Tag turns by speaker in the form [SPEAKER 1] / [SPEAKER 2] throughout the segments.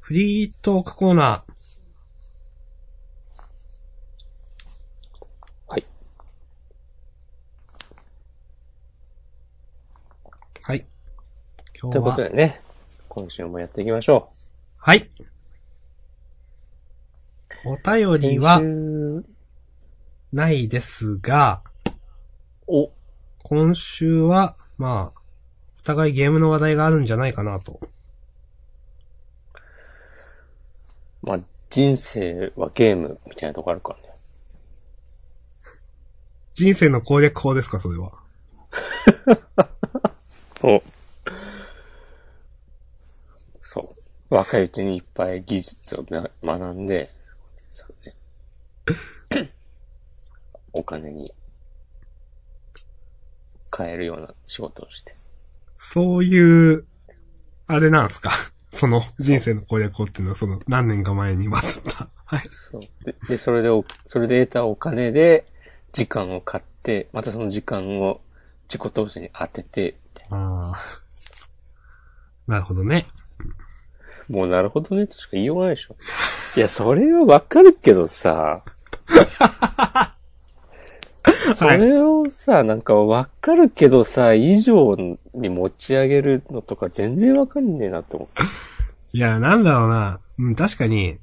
[SPEAKER 1] フリートークコーナー。
[SPEAKER 2] はい。
[SPEAKER 1] はい。今日
[SPEAKER 2] というこ
[SPEAKER 1] は
[SPEAKER 2] と、でね、今週もやっていきましょ
[SPEAKER 1] はい。お便
[SPEAKER 2] う。
[SPEAKER 1] りは
[SPEAKER 2] 先週
[SPEAKER 1] ないですが、
[SPEAKER 2] お、
[SPEAKER 1] 今週は、まあ、お互いゲームの話題があるんじゃないかなと。
[SPEAKER 2] まあ、人生はゲームみたいなとこあるからね。
[SPEAKER 1] 人生の攻略法ですか、それは。
[SPEAKER 2] そう。そう。若いうちにいっぱい技術をな学んで、そうね お金に変えるような仕事をして。
[SPEAKER 1] そういう、あれなんですか。 その、人生の攻略法っていうのは、その、何年か前に忘れた。はい。
[SPEAKER 2] そうでで、それでお、それで得たお金で、時間を買って、またその時間を自己投資に当てて、
[SPEAKER 1] ああ。なるほどね。
[SPEAKER 2] もうなるほどねとしか言いようがないで しょ。いや、それはわかるけどさ。 それをさ、なんかわかるけどさ、以上に持ち上げるのとか全然わかんねえなって思って。
[SPEAKER 1] いや、なんだろうな。うん、確かに。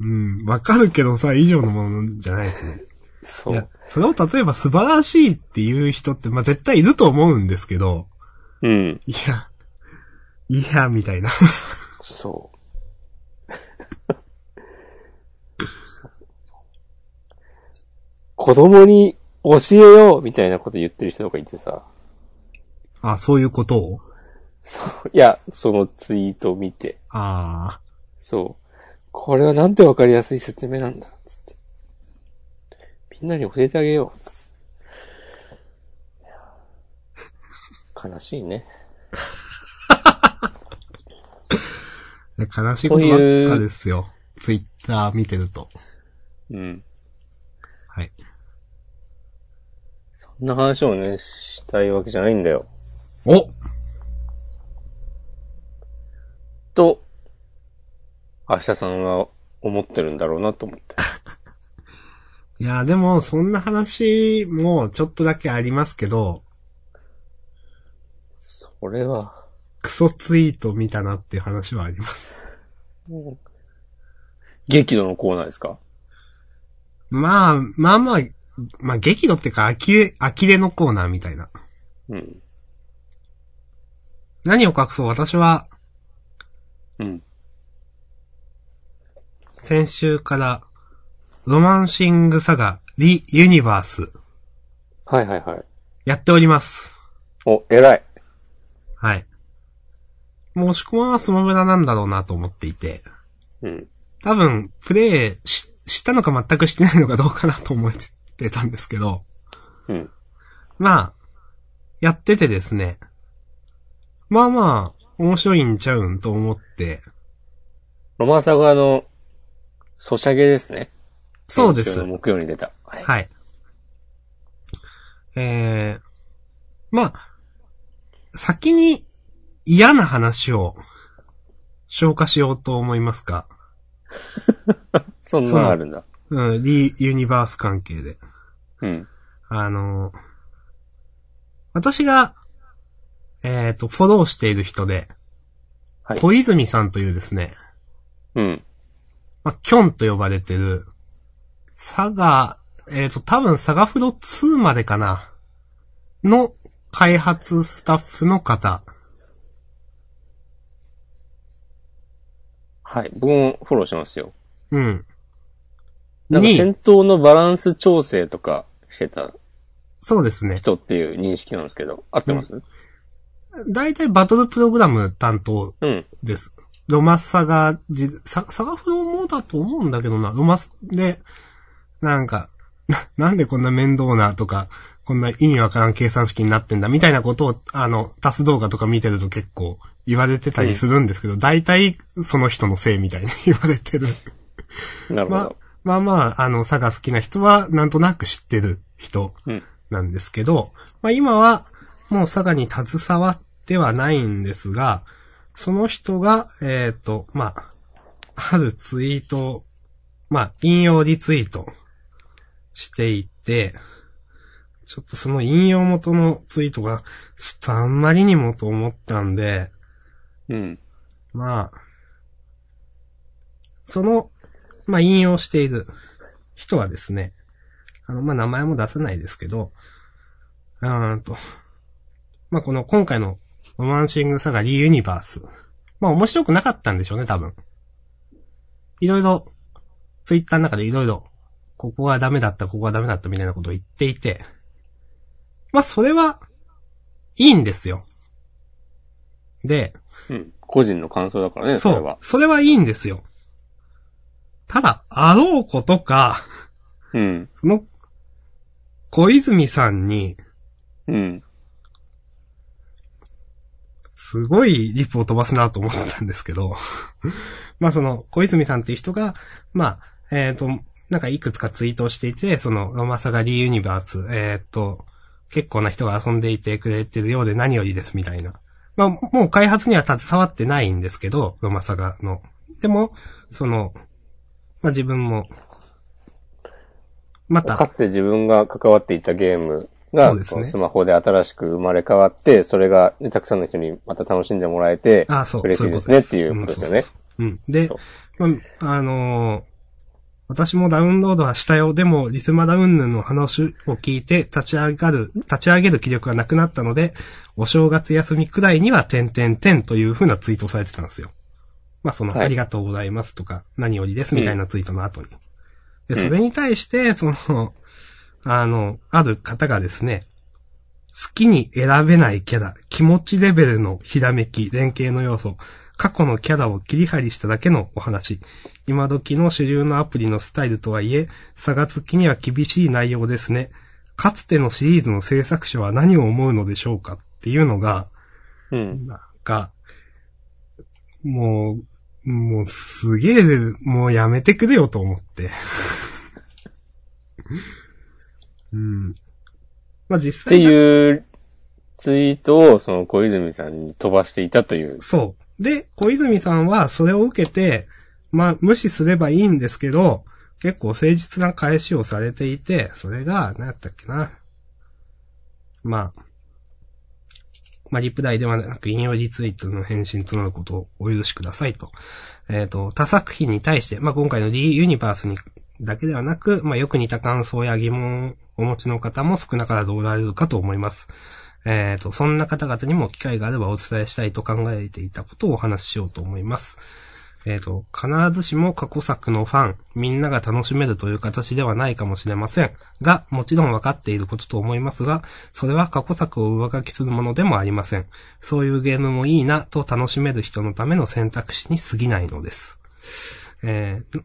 [SPEAKER 1] うん、わかるけどさ、以上のものじゃないですね。
[SPEAKER 2] そ
[SPEAKER 1] いや
[SPEAKER 2] う。、
[SPEAKER 1] それを例えば素晴らしいっていう人って、まあ、絶対いると思うんですけど、
[SPEAKER 2] うん。
[SPEAKER 1] いや、いや、みたいな。
[SPEAKER 2] そう。 子供に教えようみたいなこと言ってる人とかいてさ。
[SPEAKER 1] あ、そういうことを
[SPEAKER 2] そう。いや、そのツイートを見て。
[SPEAKER 1] ああ、
[SPEAKER 2] そう。これはなんてわかりやすい説明なんだ、つって。みんなに教えてあげよう。悲しいね。
[SPEAKER 1] いや悲しいことばっかですよ。ツイッター見てると。
[SPEAKER 2] うん。
[SPEAKER 1] はい。
[SPEAKER 2] そんな話をね、したいわけじゃないんだよ。
[SPEAKER 1] お
[SPEAKER 2] と、明日さんは思ってるんだろうなと思って。
[SPEAKER 1] いや、でも、そんな話もちょっとだけありますけど、
[SPEAKER 2] それは、
[SPEAKER 1] クソツイート見たなっていう話はあります。
[SPEAKER 2] 激怒のコーナーですか
[SPEAKER 1] まあ、まあまあ、まあ激怒っていうか、呆れ、呆れのコーナーみたいな。
[SPEAKER 2] うん。
[SPEAKER 1] 何を隠そう私は、
[SPEAKER 2] うん。
[SPEAKER 1] 先週から、ロマンシングサガ、リ・ユニバース、
[SPEAKER 2] はいはいはい。
[SPEAKER 1] やっております。
[SPEAKER 2] お、偉い。
[SPEAKER 1] はい。もう押し込まんはスマブラなんだろうなと思っていて、
[SPEAKER 2] うん。
[SPEAKER 1] 多分、プレイし、したのか全くしてないのかどうかなと思ってたんですけど、
[SPEAKER 2] うん。
[SPEAKER 1] まあ、やっててですね。まあまあ、面白いんちゃうんと思って。
[SPEAKER 2] ロマンサガの、ソシャゲですね。
[SPEAKER 1] そうで
[SPEAKER 2] 先週
[SPEAKER 1] す
[SPEAKER 2] の。木曜に出た。はい。
[SPEAKER 1] はい。えー、まあ、先に嫌な話を消化しようと思いますか。
[SPEAKER 2] そんなのあるんだ。
[SPEAKER 1] うん、リ・ユニバース関係で。
[SPEAKER 2] うん。
[SPEAKER 1] あの、私が、えっ、と、フォローしている人で、
[SPEAKER 2] はい
[SPEAKER 1] 小泉さんというですね、
[SPEAKER 2] うん。
[SPEAKER 1] まあ、キョンと呼ばれてる、サガ、えっ、と、多分サガフロ2までかな、の開発スタッフの方。
[SPEAKER 2] はい。僕もフォローしますよ。
[SPEAKER 1] うん。
[SPEAKER 2] なんか
[SPEAKER 1] に、
[SPEAKER 2] 戦闘のバランス調整とかしてた
[SPEAKER 1] そうですね。
[SPEAKER 2] 人っていう認識なんですけど、合ってます
[SPEAKER 1] だいたいバトルプログラム担当
[SPEAKER 2] うん。
[SPEAKER 1] です。ロマサガじ、ササガフロもだと思うんだけどな。ロマス、で、なんか、 な、なんでこんな面倒なとか、こんな意味わからん計算式になってんだみたいなことを、あの、足す動画とか見てると結構言われてたりするんですけど、大体その人のせいみたいに言われてる。
[SPEAKER 2] なるほ
[SPEAKER 1] ま
[SPEAKER 2] ど。
[SPEAKER 1] まあまあ、あの、サガ好きな人はなんとなく知ってる人
[SPEAKER 2] うん。
[SPEAKER 1] なんですけど、まあ今はもう佐賀に携わってはないんですが、その人が、えっ、と、まあ、あるツイートを、まあ、引用リツイートしていて、ちょっとその引用元のツイートが、ちょっとあんまりにもと思ったんで、
[SPEAKER 2] うん。
[SPEAKER 1] まあ、その、まあ、引用している人はですね、あの、まあ、名前も出せないですけど、うーんと、まあ、この今回のロマンシングサガリーユニバース。まあ、面白くなかったんでしょうね、多分。いろいろ、ツイッターの中でいろいろ、ここがダメだった、ここがダメだったみたいなことを言っていて、まあ、それは、いいんですよ。で、
[SPEAKER 2] うん。個人の感想だからね、そ
[SPEAKER 1] そ
[SPEAKER 2] れ
[SPEAKER 1] う
[SPEAKER 2] は。。
[SPEAKER 1] それはいいんですよ。ただ、あろうことか、
[SPEAKER 2] うん。
[SPEAKER 1] その、小泉さんに、
[SPEAKER 2] うん。
[SPEAKER 1] すごいリップを飛ばすなと思ったんですけど、 まあその、小泉さんっていう人が、まあ、えっ、と、なんかいくつかツイートをしていて、その、ロマサガリーユニバース、えっ、と、結構な人が遊んでいてくれてるようで何よりですみたいな。まあ、もう開発には携わってないんですけど、ロマサガの。でも、その、まあ自分も、また
[SPEAKER 2] か、つて自分が関わっていたゲーム
[SPEAKER 1] そ
[SPEAKER 2] が、
[SPEAKER 1] うですね
[SPEAKER 2] このスマホで新しく生まれ変わって、それが、ね、たくさんの人にまた楽しんでもらえて、
[SPEAKER 1] あそう、
[SPEAKER 2] 嬉しいですねっていうことですよね。
[SPEAKER 1] そういうことです
[SPEAKER 2] そう
[SPEAKER 1] うん。で、まあ、あのー私もダウンロードはしたよ。でも、リスマダウンヌンの話を聞いて、立ち上がる、立ち上げる気力がなくなったので、お正月休みくらいには、点々点というふうなツイートをされてたんですよ。まあ、その、
[SPEAKER 2] はい
[SPEAKER 1] ありがとうございますとか、何よりですみたいなツイートの後に。で、それに対して、その、あの、ある方がですね、好きに選べないキャラ、気持ちレベルのひらめき、連携の要素、過去のキャラを切り張りしただけのお話。今時の主流のアプリのスタイルとはいえ、差がつきには厳しい内容ですね。かつてのシリーズの制作者は何を思うのでしょうかっていうのが、
[SPEAKER 2] うん。
[SPEAKER 1] なんか、もう、もうすげえ、もうやめてくれよと思って。うん。まあ、
[SPEAKER 2] っ
[SPEAKER 1] 実
[SPEAKER 2] て
[SPEAKER 1] 際。
[SPEAKER 2] いうツイートを、その小泉さんに飛ばしていたという。
[SPEAKER 1] そう。で、小泉さんはそれを受けて、まあ、無視すればいいんですけど、結構誠実な返しをされていて、それが、何やったっけな。まあ、まあ、リプライではなく引用リツイートの返信となることをお許しくださいと。えっ、と、他作品に対して、まあ、今回の D ユニバースにだけではなく、まあ、よく似た感想や疑問をお持ちの方も少なからずおられるかと思います。えっ、と、そんな方々にも機会があればお伝えしたいと考えていたことをお話ししようと思います。えっ、と、必ずしも過去作のファン、みんなが楽しめるという形ではないかもしれませんが、もちろん分かっていることと思いますが、それは過去作を上書きするものでもありません。そういうゲームもいいなと楽しめる人のための選択肢に過ぎないのです。えー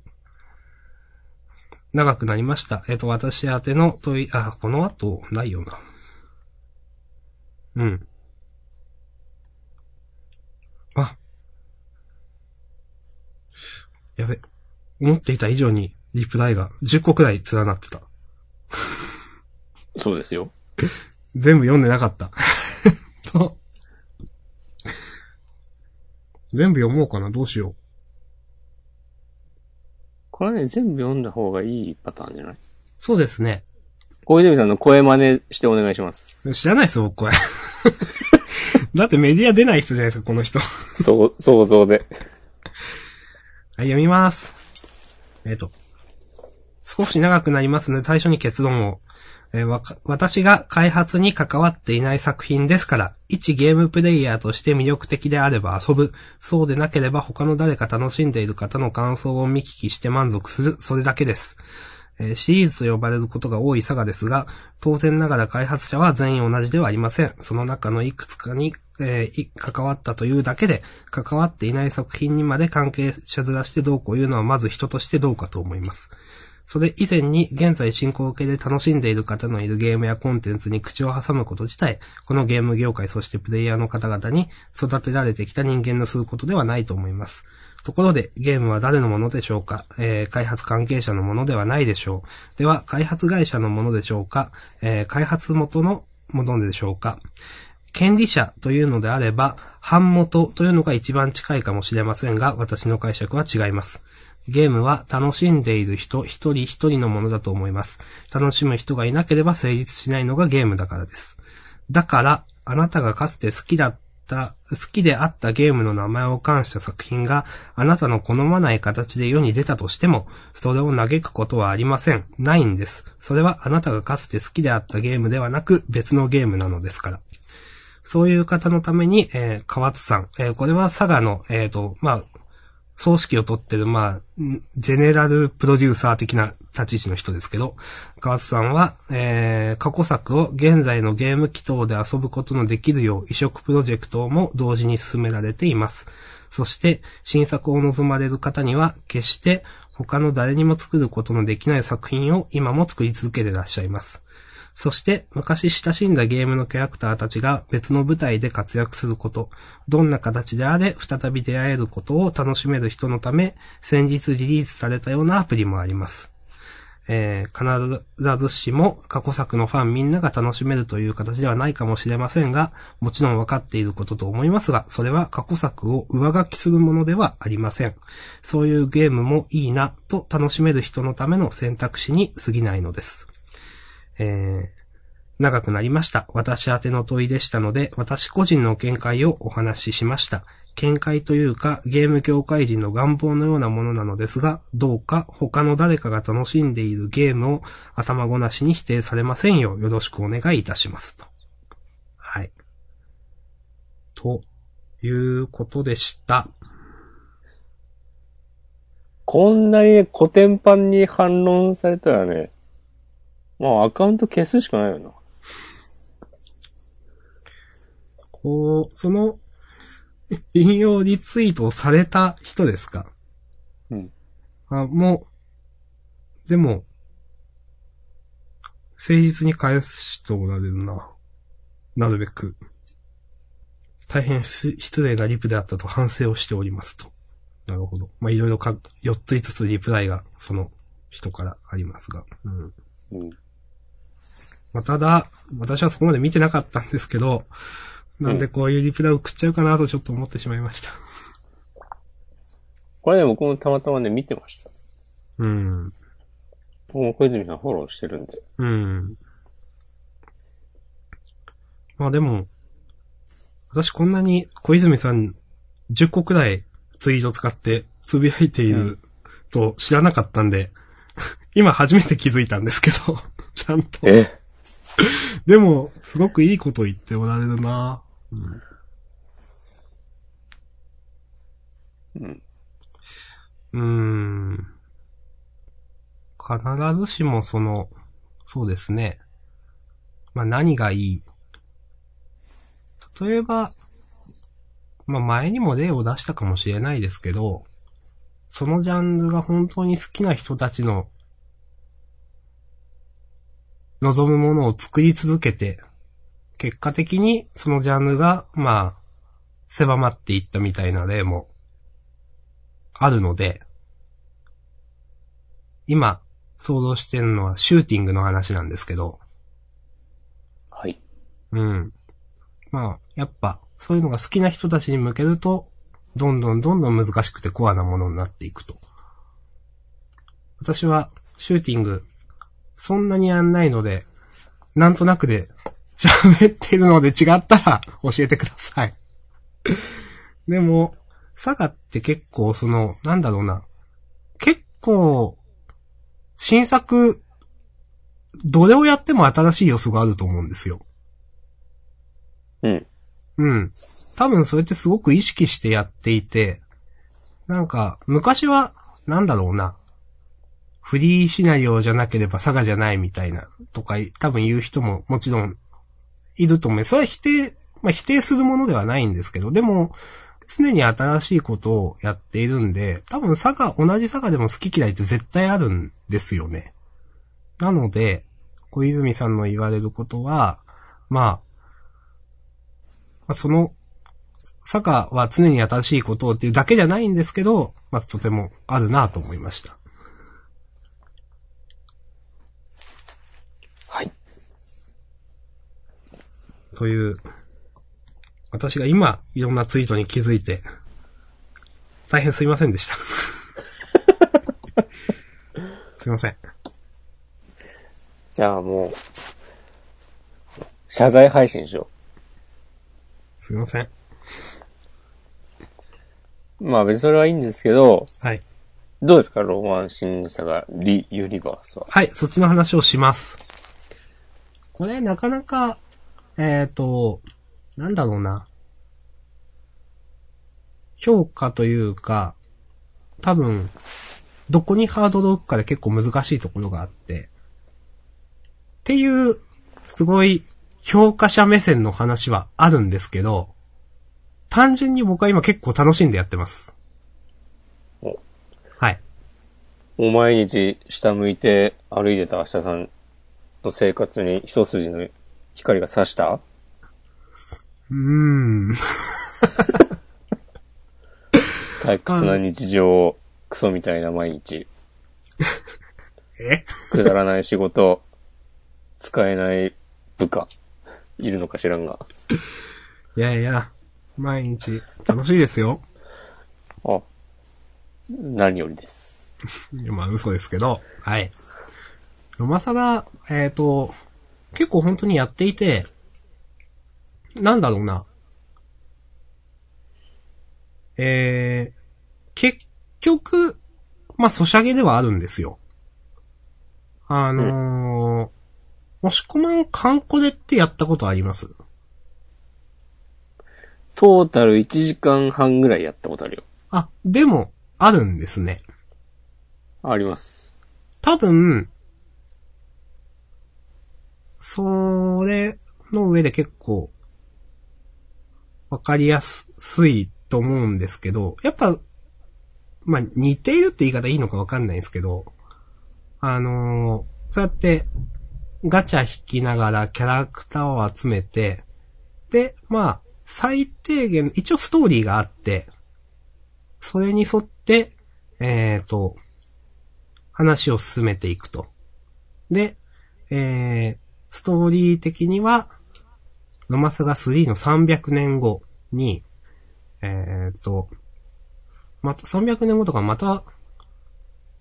[SPEAKER 1] 長くなりました。えっ、と、私宛ての問い、あ、この後、ないよな。うん。あ。やべ。思っていた以上にリプライが10個くらい連なってた。
[SPEAKER 2] そうですよ。
[SPEAKER 1] 全部読んでなかった。 と。全部読もうかな、どうしよ。
[SPEAKER 2] これはね、全部読んだ方がいいパターンじゃないう
[SPEAKER 1] そうですね。
[SPEAKER 2] 小泉さんの声真似してお願いします。
[SPEAKER 1] 知らないですよ、僕 これ。だってメディア出ない人じゃないですか、この人。
[SPEAKER 2] そう、想像で。
[SPEAKER 1] はい、読みます。えっ、と。少し長くなりますので、最初に結論を。えーわか私が開発に関わっていない作品ですから、一ゲームプレイヤーとして魅力的であれば遊ぶ。そうでなければ他の誰か楽しんでいる方の感想を見聞きして満足する。それだけです。えーシリーズと呼ばれることが多いサガですが、当然ながら開発者は全員同じではありません。その中のいくつかに、えーい関わったというだけで、関わっていない作品にまで関係者ずらしてどうこう言うのはまず人としてどうかと思います。それ以前に現在進行形で楽しんでいる方のいるゲームやコンテンツに口を挟むこと自体、このゲーム業界そしてプレイヤーの方々に育てられてきた人間のすることではないと思います。ところで、ゲームは誰のものでしょうか、えー開発関係者のものではないでしょう。では、開発会社のものでしょうか、えー開発元のものでしょうか権利者というのであれば、版元というのが一番近いかもしれませんが、私の解釈は違います。ゲームは楽しんでいる人一人一人のものだと思います。楽しむ人がいなければ成立しないのがゲームだからです。だから、あなたがかつて好きだった、好きであったゲームの名前を冠した作品があなたの好まない形で世に出たとしても、それを嘆くことはありません。ないんです。それはあなたがかつて好きであったゲームではなく別のゲームなのですから。そういう方のために、えー、河津さん、えーこれは佐賀の、えっ、と、まあ、葬式を取ってる、まあ、んジェネラルプロデューサー的な立ち位置の人ですけど、河津さんは、えー、過去作を現在のゲーム機等で遊ぶことのできるよう移植プロジェクトも同時に進められています。そして、新作を望まれる方には、決して他の誰にも作ることのできない作品を今も作り続けていらっしゃいます。そして、昔親しんだゲームのキャラクターたちが別の舞台で活躍すること、どんな形であれ再び出会えることを楽しめる人のため、先日リリースされたようなアプリもあります。えー、必ずしも過去作のファンみんなが楽しめるという形ではないかもしれませんが、もちろん分かっていることと思いますが、それは過去作を上書きするものではありません。そういうゲームもいいなと楽しめる人のための選択肢に過ぎないのです。えー長くなりました。私宛ての問いでしたので、私個人の見解をお話ししました。見解というか、ゲーム業界人の願望のようなものなのですが、どうか他の誰かが楽しんでいるゲームを頭ごなしに否定されませんようよろしくお願いいたします。と。はい。ということでした。
[SPEAKER 2] こんなにね古典版に反論されたらね、まあアカウント消すしかないよな。
[SPEAKER 1] こう、その、引用リツイートをされた人ですか
[SPEAKER 2] うん。
[SPEAKER 1] あ、もう、でも、誠実に返しておられるな。なるべく。大変失失礼なリプであったと反省をしておりますと。なるほど。まあ、いろいろか、4つ5つリプライが、その人からありますが。うん。
[SPEAKER 2] うん。
[SPEAKER 1] まあ、ただ、私はそこまで見てなかったんですけど、なんでこういうリプライを食っちゃうかなとちょっと思ってしまいました。
[SPEAKER 2] これね、僕もたまたまね、見てました。
[SPEAKER 1] うん。
[SPEAKER 2] 僕も小泉さんフォローしてるんで。
[SPEAKER 1] うん。まあでも、私こんなに小泉さん10個くらいツイート使ってつぶやいていうると知らなかったんで、 今初めて気づいたんですけど、 ちゃんと。
[SPEAKER 2] え
[SPEAKER 1] でも、すごくいいこと言っておられるな
[SPEAKER 2] うん。
[SPEAKER 1] うーん。必ずしもその、そうですね。まあ何がいい例えば、まあ前にも例を出したかもしれないですけど、そのジャンルが本当に好きな人たちの望むものを作り続けて、結果的にそのジャンルが、まあ、狭まっていったみたいな例もあるので、今、想像してるのはシューティングの話なんですけど、
[SPEAKER 2] はい。
[SPEAKER 1] うん。まあ、やっぱ、そういうのが好きな人たちに向けると、どんどんどんどん難しくてコアなものになっていくと。私は、シューティング、そんなにやんないので、なんとなくで、 喋ってるので違ったら教えてください。でも、佐賀って結構その、なんだろうな。結構、新作、どれをやっても新しい要素があると思うんですよ。
[SPEAKER 2] うん。
[SPEAKER 1] うん。多分それってすごく意識してやっていて、なんか、昔は、なんだろうな。フリーシナリオじゃなければ佐賀じゃないみたいな、とか、多分言う人ももちろん、いると思う。それは否定、まあ否定するものではないんですけど、でも、常に新しいことをやっているんで、多分佐賀、同じ佐賀でも好き嫌いって絶対あるんですよね。なので、小泉さんの言われることは、まあ、まあ、その、坂は常に新しいことをっていうだけじゃないんですけど、まあ、とてもあるなと思いました。
[SPEAKER 2] はい。
[SPEAKER 1] という私が今、いろんなツイートに気づいて、大変すいませんでした。すいません。
[SPEAKER 2] じゃあもう、謝罪配信しよ
[SPEAKER 1] すいません。
[SPEAKER 2] う。まあ別にそれはいいんですけど、
[SPEAKER 1] はい。
[SPEAKER 2] どうですかロマン新サガリ・ユニバースは。
[SPEAKER 1] はい、そっちの話をします。これ、なかなか、えっ、と、なんだろうな。評価というか、多分、どこにハードルを置くかで結構難しいところがあって、っていう、すごい、評価者目線の話はあるんですけど、単純に僕は今結構楽しんでやってます
[SPEAKER 2] お。
[SPEAKER 1] はい。
[SPEAKER 2] もう毎日下向いて歩いてた明日さんの生活に一筋の光が差した
[SPEAKER 1] うーん。
[SPEAKER 2] 退屈な日常、クソみたいな毎日、
[SPEAKER 1] え
[SPEAKER 2] くだらない仕事、使えない部下、いるのか知らんが。
[SPEAKER 1] いやいや、毎日楽しいですよ。
[SPEAKER 2] あ、何よりです。
[SPEAKER 1] いやまあ嘘ですけど、はい。まさら、えっ、と、結構本当にやっていて、なんだろうな。えー、結局、まあ、ソシャゲではあるんですよ。あのー、押し込まんカンコレってやったことあります
[SPEAKER 2] トータル1時間半ぐらいやったことあるよ。
[SPEAKER 1] あ、でも、あるんですね。
[SPEAKER 2] あります。
[SPEAKER 1] 多分、それの上で結構、わかりやすいと思うんですけど、やっぱ、まあ、似ているって言い方いいのかわかんないですけど、あのーそうやって、ガチャ引きながらキャラクターを集めて、で、まあ、最低限、一応ストーリーがあって、それに沿って、えっ、と、話を進めていくと。で、えー、ストーリー的には、ロマサガ3の300年後に、えっ、と、また300年後とかまた、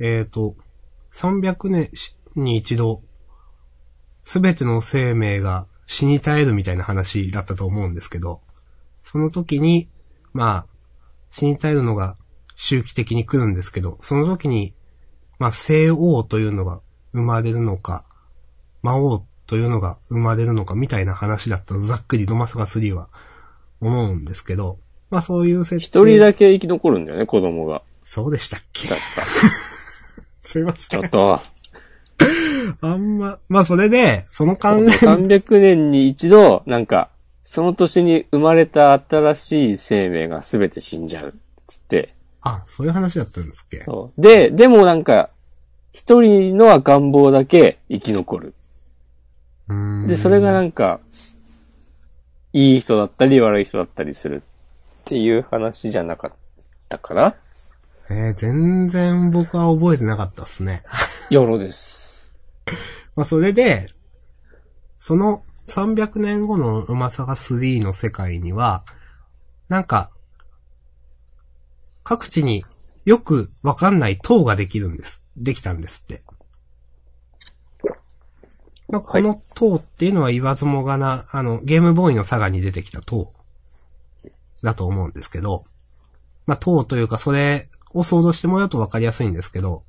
[SPEAKER 1] えっ、と、300年しに一度、すべての生命が死に絶えるみたいな話だったと思うんですけど、その時に、まあ、死に絶えるのが周期的に来るんですけど、その時にまあ、聖王というのが生まれるのか、魔王というのが生まれるのかみたいな話だったとざっくりドマスガ3は思うんですけど、まあそういう設定。
[SPEAKER 2] 一人だけ生き残るんだよね、子供が。
[SPEAKER 1] そうでしたっけ
[SPEAKER 2] 確か。
[SPEAKER 1] すいま
[SPEAKER 2] ち
[SPEAKER 1] せ
[SPEAKER 2] ょ
[SPEAKER 1] ん。
[SPEAKER 2] っと、
[SPEAKER 1] あんま、まあそれで、その関連、
[SPEAKER 2] 300年に一度、なんか、その年に生まれた新しい生命が全て死んじゃう。つって。
[SPEAKER 1] あ、そういう話だったんですっけ
[SPEAKER 2] そう。で、でもなんか、一人の赤ん坊だけ生き残る。
[SPEAKER 1] うーん
[SPEAKER 2] で、それがなんか、いい人だったり悪い人だったりするっていう話じゃなかったかな
[SPEAKER 1] えー全然僕は覚えてなかったっす ね。
[SPEAKER 2] ヨロです。
[SPEAKER 1] まあ、それで、その300年後のうまさが3の世界には、なんか、各地によくわかんない塔ができるんです。できたんですって。まあ、こ
[SPEAKER 2] はい
[SPEAKER 1] の塔っていうのは言わずもがな、あの、ゲームボーイのサガに出てきた塔だと思うんですけど、まあ、塔というかそれを想像してもらうとわかりやすいんですけど、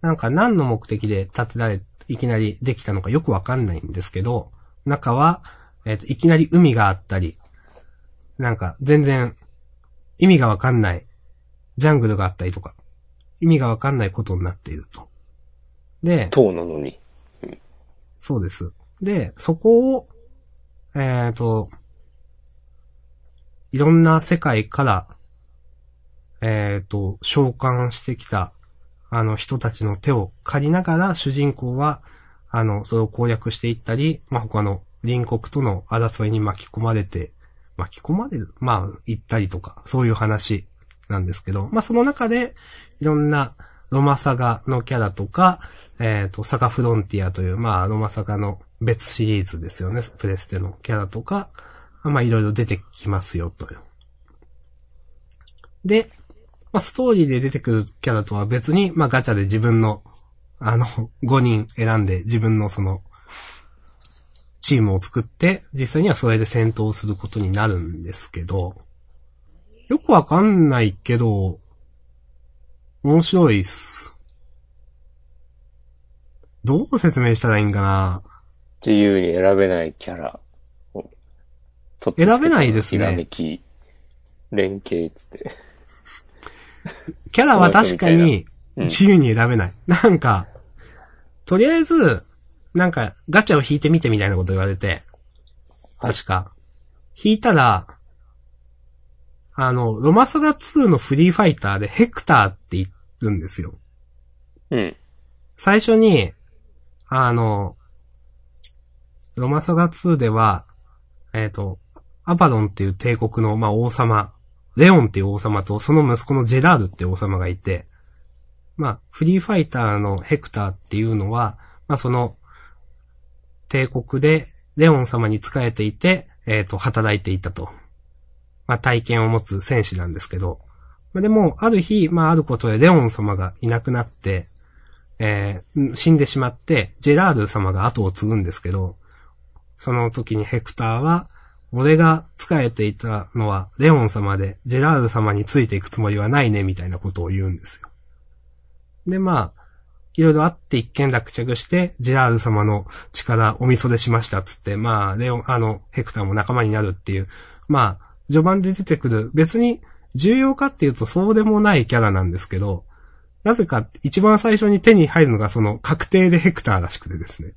[SPEAKER 1] なんか何の目的で建てられ、いきなりできたのかよくわかんないんですけど、中は、えっ、と、いきなり海があったり、なんか全然意味がわかんないジャングルがあったりとか、意味がわかんないことになっていると。で、
[SPEAKER 2] 党なのに。
[SPEAKER 1] そうです。で、そこを、えっ、と、いろんな世界から、えっ、と、召喚してきた、あの人たちの手を借りながら、主人公は、あの、それを攻略していったり、まあ、他の隣国との争いに巻き込まれて、巻き込まれるまあ、行ったりとか、そういう話なんですけど、まあ、その中で、いろんなロマサガのキャラとか、えっ、と、サガフロンティアという、まあ、ロマサガの別シリーズですよね、プレステのキャラとか、まあいろいろ出てきますよ、と。で、まあストーリーで出てくるキャラとは別に、まあガチャで自分の、あの、5人選んで自分のその、チームを作って、実際にはそれで戦闘することになるんですけど、よくわかんないけど、面白いっす。どう説明したらいいんかな
[SPEAKER 2] 自由に選べないキャラを取って
[SPEAKER 1] 選べないですね
[SPEAKER 2] ひらめき、連携っつって。
[SPEAKER 1] キャラは確かに
[SPEAKER 2] うん
[SPEAKER 1] 自由に選べない。なんか、とりあえず、なんかガチャを引いてみてみたいなこと言われて、
[SPEAKER 2] はい
[SPEAKER 1] 確か。引いたら、あの、ロマサガ2のフリーファイターでヘクターって言るんですよ。
[SPEAKER 2] うん。
[SPEAKER 1] 最初に、あの、ロマサガ2では、えっ、と、アバロンっていう帝国の、まあ、王様、レオンっていう王様と、その息子のジェラールっていう王様がいて、まあ、フリーファイターのヘクターっていうのは、まあ、その、帝国で、レオン様に仕えていて、えっ、と、働いていたと。まあ、体験を持つ戦士なんですけど、まあ、でも、ある日、まあ、あることでレオン様がいなくなって、えー死んでしまって、ジェラール様が後を継ぐんですけど、その時にヘクターは、俺が仕えていたのはレオン様で、ジェラール様についていくつもりはないね、みたいなことを言うんですよ。で、まあ、いろいろあって一件落着して、ジェラール様の力おみそでしましたっつって、まあ、レオン、あの、ヘクターも仲間になるっていう、まあ、序盤で出てくる、別に重要かっていうとそうでもないキャラなんですけど、なぜか一番最初に手に入るのがその確定でヘクターらしくてですね。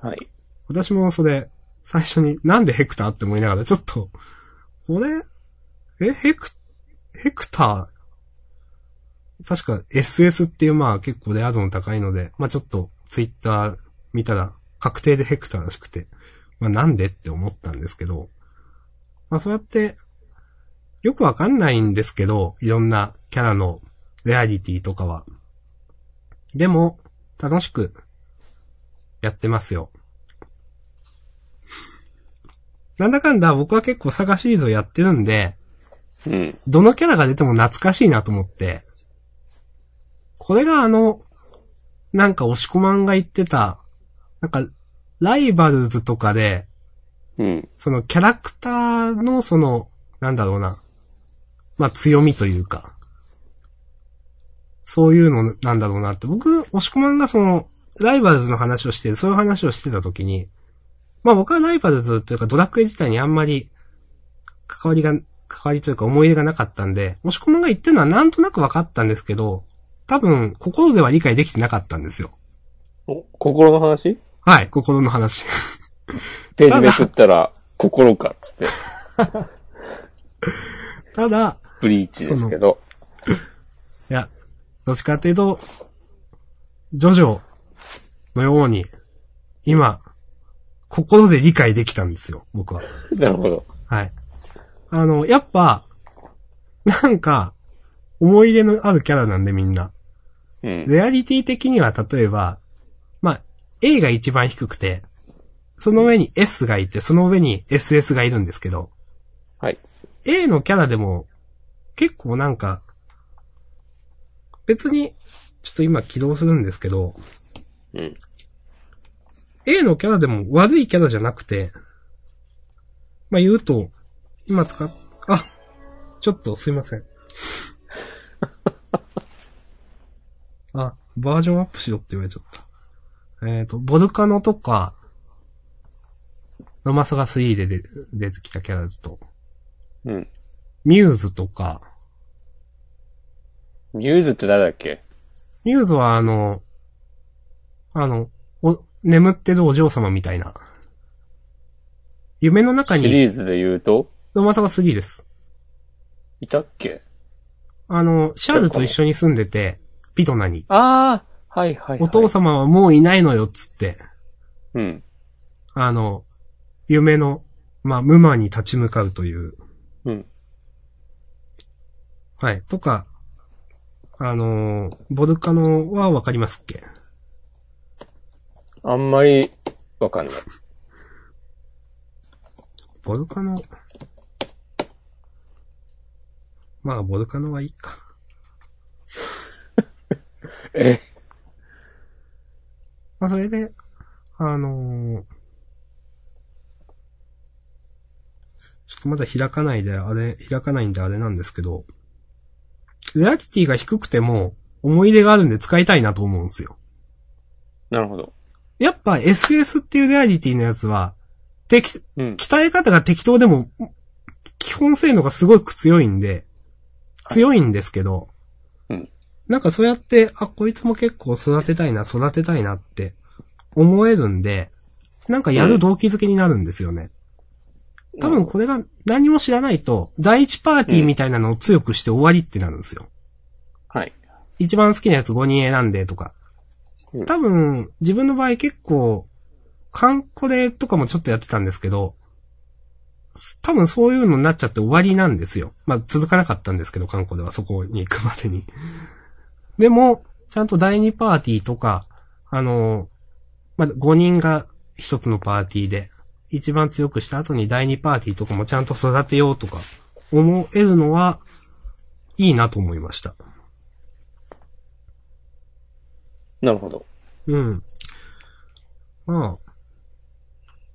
[SPEAKER 2] はい。
[SPEAKER 1] 私もそれ、最初になんでヘクターって思いながらちょっと、これ、え、ヘク、ヘクター、確か SS っていうまあ結構レア度の高いので、まあちょっとツイッター見たら確定でヘクターらしくて、まあなんでって思ったんですけど、まあそうやって、よくわかんないんですけど、いろんなキャラのレアリティとかは。でも、楽しくやってますよ。なんだかんだ僕は結構サガシリーズをやってるんで、
[SPEAKER 2] うん。
[SPEAKER 1] どのキャラが出ても懐かしいなと思って、これがあの、なんか押し込まんが言ってた、なんか、ライバルズとかで、
[SPEAKER 2] うん。
[SPEAKER 1] そのキャラクターのその、なんだろうな、まあ強みというか、そういうのなんだろうなって、僕、押し込まんがその、ライバルズの話をして、そういう話をしてた時に、まあ僕はライバルズというかドラクエ自体にあんまり、関わりが、関わりというか思い入れがなかったんで、押し込まんが言ってるのはなんとなく分かったんですけど、多分、心では理解できてなかったんですよ。
[SPEAKER 2] お、心の話
[SPEAKER 1] はい、心の話。
[SPEAKER 2] ページめくったら、心かっつって。
[SPEAKER 1] ただ、
[SPEAKER 2] ブリーチですけど。
[SPEAKER 1] いや、どっちかっていうと、ジョジョのように、今、心で理解できたんですよ、僕は。
[SPEAKER 2] なるほど。
[SPEAKER 1] はい。あの、やっぱ、なんか、思い入れのあるキャラなんでみんな。
[SPEAKER 2] うん。
[SPEAKER 1] レアリティ的には例えば、まあ、A が一番低くて、その上に S がいて、その上に SS がいるんですけど、
[SPEAKER 2] はい。
[SPEAKER 1] A のキャラでも、結構なんか、別に、ちょっと今起動するんですけど、
[SPEAKER 2] うん。
[SPEAKER 1] A のキャラでも悪いキャラじゃなくて、まあ言うと、今使っ、あ、ちょっとすいません。あ、バージョンアップしろって言われちゃった。えっ、と、ボルカノとか、ロマサガ3で出出てきたキャラだと、
[SPEAKER 2] うん。
[SPEAKER 1] ミューズとか、
[SPEAKER 2] ミューズって誰だっけ
[SPEAKER 1] ミューズはあの、あの、お、眠ってるお嬢様みたいな。夢の中
[SPEAKER 2] シ
[SPEAKER 1] に、
[SPEAKER 2] リーズで言うと、
[SPEAKER 1] ロマサガ3です。
[SPEAKER 2] いたっけ
[SPEAKER 1] あの、シャールと一緒に住んでて、ピトナに。
[SPEAKER 2] ああ、はいはい、はい。
[SPEAKER 1] お父様はもういないのよ、っつって。
[SPEAKER 2] ん。うん。
[SPEAKER 1] あの、夢の、まあ、無魔に立ち向かうという。
[SPEAKER 2] うん。
[SPEAKER 1] はい。とか、あのー、ボルカノはわかりますっけ
[SPEAKER 2] あんまり、わかんない。
[SPEAKER 1] ボルカノ。まあ、ボルカノはいいか。
[SPEAKER 2] え
[SPEAKER 1] まあ、それで、あのーちょっとまだ開かないで、あれ、開かないんであれなんですけど、レアリティが低くても、思い入れがあるんで使いたいなと思うんですよ。
[SPEAKER 2] なるほど。
[SPEAKER 1] やっぱ SS っていうレアリティのやつは、適、
[SPEAKER 2] うん。
[SPEAKER 1] 鍛え方が適当でも、基本性能がすごく強いんで、強いんですけど、
[SPEAKER 2] うん
[SPEAKER 1] なんかそうやって、あ、こいつも結構育てたいな、育てたいなって思えるんで、なんかやる動機づけになるんですよね。多分これが何も知らないと、第一パーティーみたいなのを強くして終わりってなるんですよ。
[SPEAKER 2] はい。
[SPEAKER 1] 一番好きなやつ5人選んでとか
[SPEAKER 2] うん。
[SPEAKER 1] 多分、自分の場合結構、カンコレとかもちょっとやってたんですけど、多分そういうのになっちゃって終わりなんですよ。まあ続かなかったんですけど、カンコレはそこに行くまでに。でも、ちゃんと第2パーティーとか、あの、まあ5人が一つのパーティーで、一番強くした後に第2パーティーとかもちゃんと育てようとか、思えるのは、いいなと思いました。
[SPEAKER 2] なるほど。
[SPEAKER 1] うん。まあ。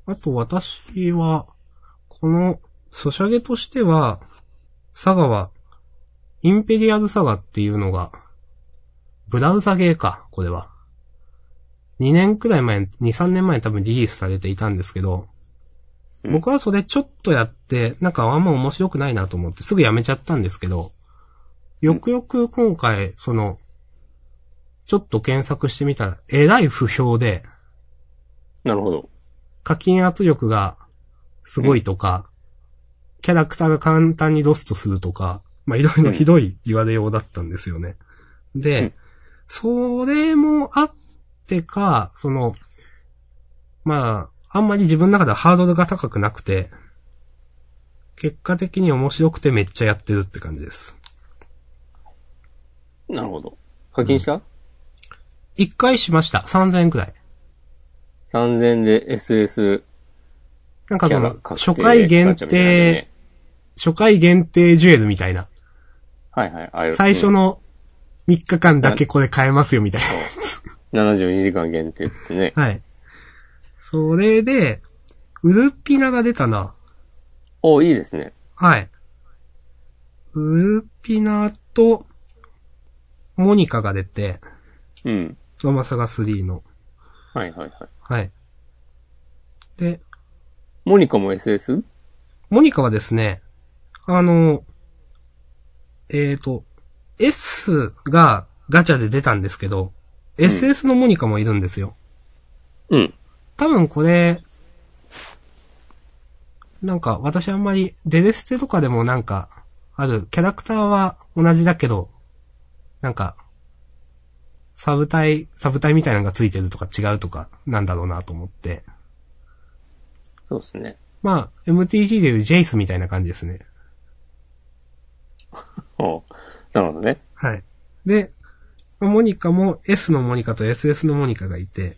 [SPEAKER 1] あと私は、この、ソシャゲとしては、サガは、インペリアルサガっていうのが、ブラウザゲーか、これは。2年くらい前、2、3年前に多分リリースされていたんですけど、
[SPEAKER 2] うん
[SPEAKER 1] 僕はそれちょっとやって、なんかあんま面白くないなと思ってすぐやめちゃったんですけど、よくよく今回、その、ちょっと検索してみたら、えらい不評で、
[SPEAKER 2] なるほど。
[SPEAKER 1] 課金圧力がすごいとか、キャラクターが簡単にロストするとか、まあいろいろひどい言われようだったんですよね。で、
[SPEAKER 2] うん
[SPEAKER 1] それもあってか、その、まあ、あんまり自分の中ではハードルが高くなくて、結果的に面白くてめっちゃやってるって感じです。
[SPEAKER 2] なるほど。課金した、
[SPEAKER 1] 一回しました。3000円くらい。
[SPEAKER 2] ?3000 で SS
[SPEAKER 1] なん
[SPEAKER 2] キ
[SPEAKER 1] かそ
[SPEAKER 2] ャ
[SPEAKER 1] の
[SPEAKER 2] ラ、確定
[SPEAKER 1] 初回限
[SPEAKER 2] ガチャみたいなね
[SPEAKER 1] 定、初回限定ジュエルみたいな。
[SPEAKER 2] はいはい。あれ
[SPEAKER 1] 最初、の3日間だけこれ買えますよみたいな。
[SPEAKER 2] うん72時間限定ですね。
[SPEAKER 1] はい。それで、ウルピナが出たな。
[SPEAKER 2] おいいですね。
[SPEAKER 1] はい。ウルピナと、モニカが出て、
[SPEAKER 2] うん。
[SPEAKER 1] ロマサガ3の。
[SPEAKER 2] はいはいはい。
[SPEAKER 1] はい。で、
[SPEAKER 2] モニカも SS?
[SPEAKER 1] モニカはですね、あの、えっ、と、S がガチャで出たんですけど、SS のモニカもいるんですよ。
[SPEAKER 2] うん。
[SPEAKER 1] 多分これ、なんか私あんまりデレステとかでもなんかある、キャラクターは同じだけど、なんか、サブ隊、サブ隊みたいなのがついてるとか違うとかなんだろうなと思って。
[SPEAKER 2] そうですね。
[SPEAKER 1] まあ、MTG でいうジェイスみたいな感じですね。
[SPEAKER 2] おうなるほどね。
[SPEAKER 1] はい。で、モニカも S のモニカと SS のモニカがいて、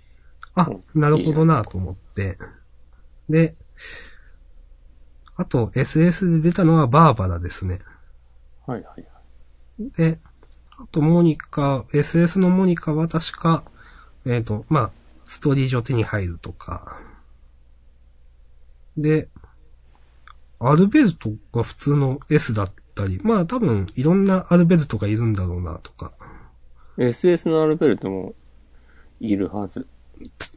[SPEAKER 1] あ、
[SPEAKER 2] うん
[SPEAKER 1] なるほどなと思って。で、あと SS で出たのはバーバラですね。
[SPEAKER 2] はいはいはい。
[SPEAKER 1] で、あとモニカ、SS のモニカは確か、えっ、と、まあ、ストーリー上手に入るとか。で、アルベルトが普通の S だったり、まあ多分いろんなアルベルトがいるんだろうなとか。
[SPEAKER 2] SS のアルベルトもいるはず。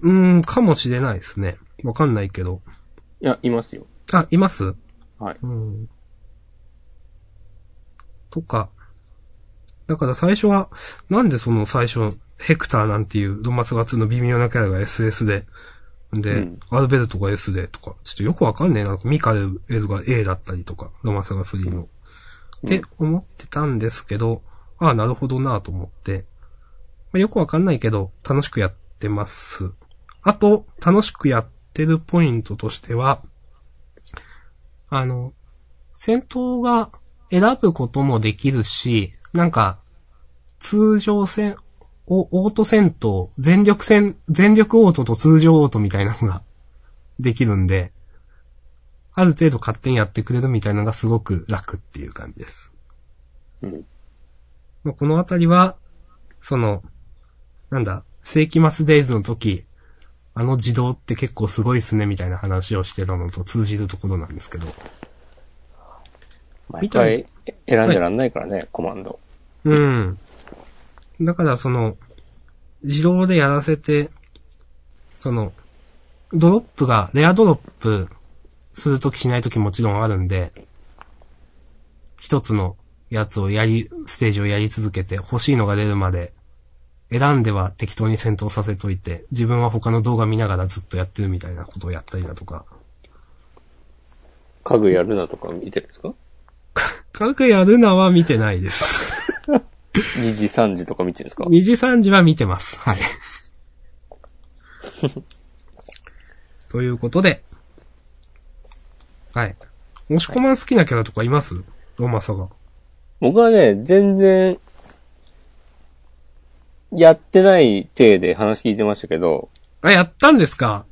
[SPEAKER 1] うーん、かもしれないですね。わかんないけど。
[SPEAKER 2] いや、いますよ。
[SPEAKER 1] あ、います
[SPEAKER 2] はい。
[SPEAKER 1] うん。とか。だから最初は、なんでその最初、ヘクターなんていうロマスガ2の微妙なキャラが SS で、で、
[SPEAKER 2] うん
[SPEAKER 1] アルベルトが S でとか、ちょっとよくわかんねえな、ミカエルが A だったりとか、ロマスガ3の。って思ってたんですけど、ああ、なるほどなと思って、まあ、よくわかんないけど、楽しくやってます。あと、楽しくやってるポイントとしては、あの、戦闘が選ぶこともできるし、なんか、通常戦、おオート戦闘、全力戦、全力オートと通常オートみたいなのができるんで、ある程度勝手にやってくれるみたいなのがすごく楽っていう感じです。
[SPEAKER 2] うん。
[SPEAKER 1] まあ、このあたりは、その、なんだ、世紀末デイズの時、あの自動って結構すごいっすねみたいな話をしてたのと通じるところなんですけど。
[SPEAKER 2] 毎回選んでらんないからね、コマンド。
[SPEAKER 1] うん。だからその、自動でやらせて、その、ドロップが、レアドロップするときしないときもちろんあるんで、一つのやつをやり、ステージをやり続けて、欲しいのが出るまで、選んでは適当に戦闘させといて、自分は他の動画見ながらずっとやってるみたいなことをやったりだとか。
[SPEAKER 2] 家具やるなとか見てるんですか
[SPEAKER 1] 科学やるなは見てないです。
[SPEAKER 2] ?2 時、3時とか見てるんですか
[SPEAKER 1] 2時3時は見てます。はい。 ということで。はい。押し込まん好きなキャラとかいますロマサが。
[SPEAKER 2] 僕はね、全然、やってない体で話聞いてましたけど、
[SPEAKER 1] あ、やったんですか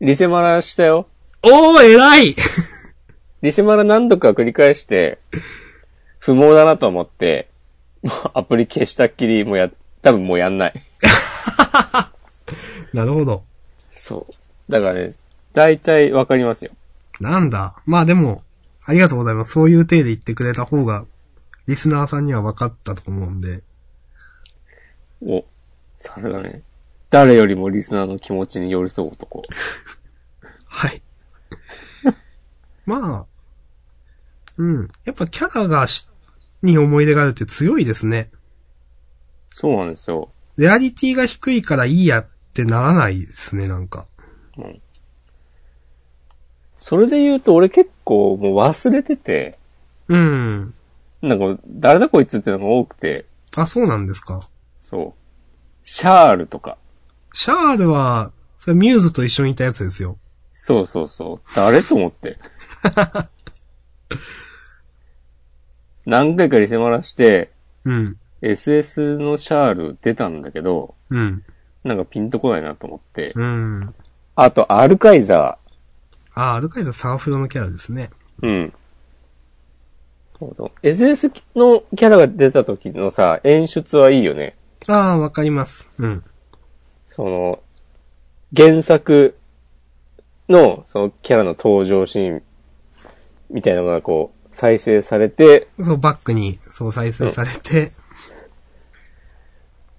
[SPEAKER 2] リセマラしたよ。
[SPEAKER 1] おー、偉い
[SPEAKER 2] リセマラ何度か繰り返して、 不毛だなと思って、 もうアプリ消したっきり、もうや、多分もうやんない。
[SPEAKER 1] なるほど。
[SPEAKER 2] そう。だからね、大体わかりますよ。
[SPEAKER 1] なんだ。まあでも、ありがとうございます。そういう体で言ってくれた方が、リスナーさんには分かったと思うんで。
[SPEAKER 2] お、さすがね。誰よりもリスナーの気持ちに寄り添う男。
[SPEAKER 1] はい。 まあ、うん。やっぱキャラがし、に思い出があるって強いですね。
[SPEAKER 2] そうなんですよ。
[SPEAKER 1] レアリティが低いからいいやってならないですね、なんか。
[SPEAKER 2] それで言うと俺結構もう忘れてて、
[SPEAKER 1] うん。
[SPEAKER 2] なんか誰だこいつってのが多くて、
[SPEAKER 1] あ、そうなんですか。
[SPEAKER 2] そう。シャールとか。
[SPEAKER 1] シャールは、それミューズと一緒にいたやつですよ。
[SPEAKER 2] そうそうそう。誰と思 って。何回かリセマラして、
[SPEAKER 1] うん。
[SPEAKER 2] SS のシャール出たんだけど、
[SPEAKER 1] うん。
[SPEAKER 2] なんかピンとこないなと思って。
[SPEAKER 1] うん。
[SPEAKER 2] あと、アルカイザ
[SPEAKER 1] あ、アルカイザサーフロのキャラですね。
[SPEAKER 2] ー。うん。そうそう SS のキャラが出た時のさ、演出はいいよね。
[SPEAKER 1] ああ、わかります。うん。
[SPEAKER 2] その、原作の、そのキャラの登場シーン、みたいなのがこう、再生されて、
[SPEAKER 1] そう、バックに、そう再生されて、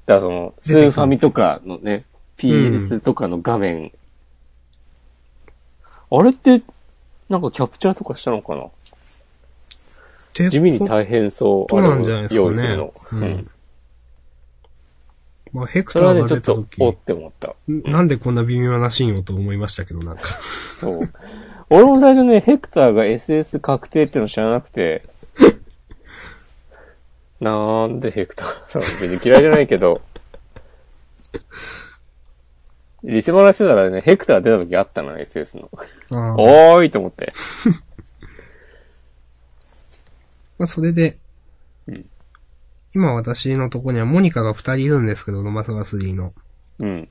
[SPEAKER 2] だからその、スーファミとかのね、PS とかの画面、あれって、なんかキャプチャーとかしたのかな
[SPEAKER 1] て
[SPEAKER 2] 地味に大変そう、
[SPEAKER 1] そう
[SPEAKER 2] れ
[SPEAKER 1] なんじゃないですかね
[SPEAKER 2] 用意するの。
[SPEAKER 1] うんまあ、ヘクタ
[SPEAKER 2] それは
[SPEAKER 1] ー
[SPEAKER 2] ね、
[SPEAKER 1] が
[SPEAKER 2] ちょっ
[SPEAKER 1] 出た
[SPEAKER 2] と、おっ
[SPEAKER 1] 時、
[SPEAKER 2] て思った。
[SPEAKER 1] なんでこんな微妙なシーンをと思いましたけど、なんか。
[SPEAKER 2] そう。 俺も最初ね、ヘクターが SS 確定っていうの知らなく て、なんでヘクターなの別に嫌いじゃないけど、リセマラしてたらね、ヘクター出た時あったの、SS の。
[SPEAKER 1] ああ。
[SPEAKER 2] おーいと思って。
[SPEAKER 1] まあ、それで、
[SPEAKER 2] うん
[SPEAKER 1] 今私のとこにはモニカが二人いるんですけど、ロマサガ3の。
[SPEAKER 2] うん。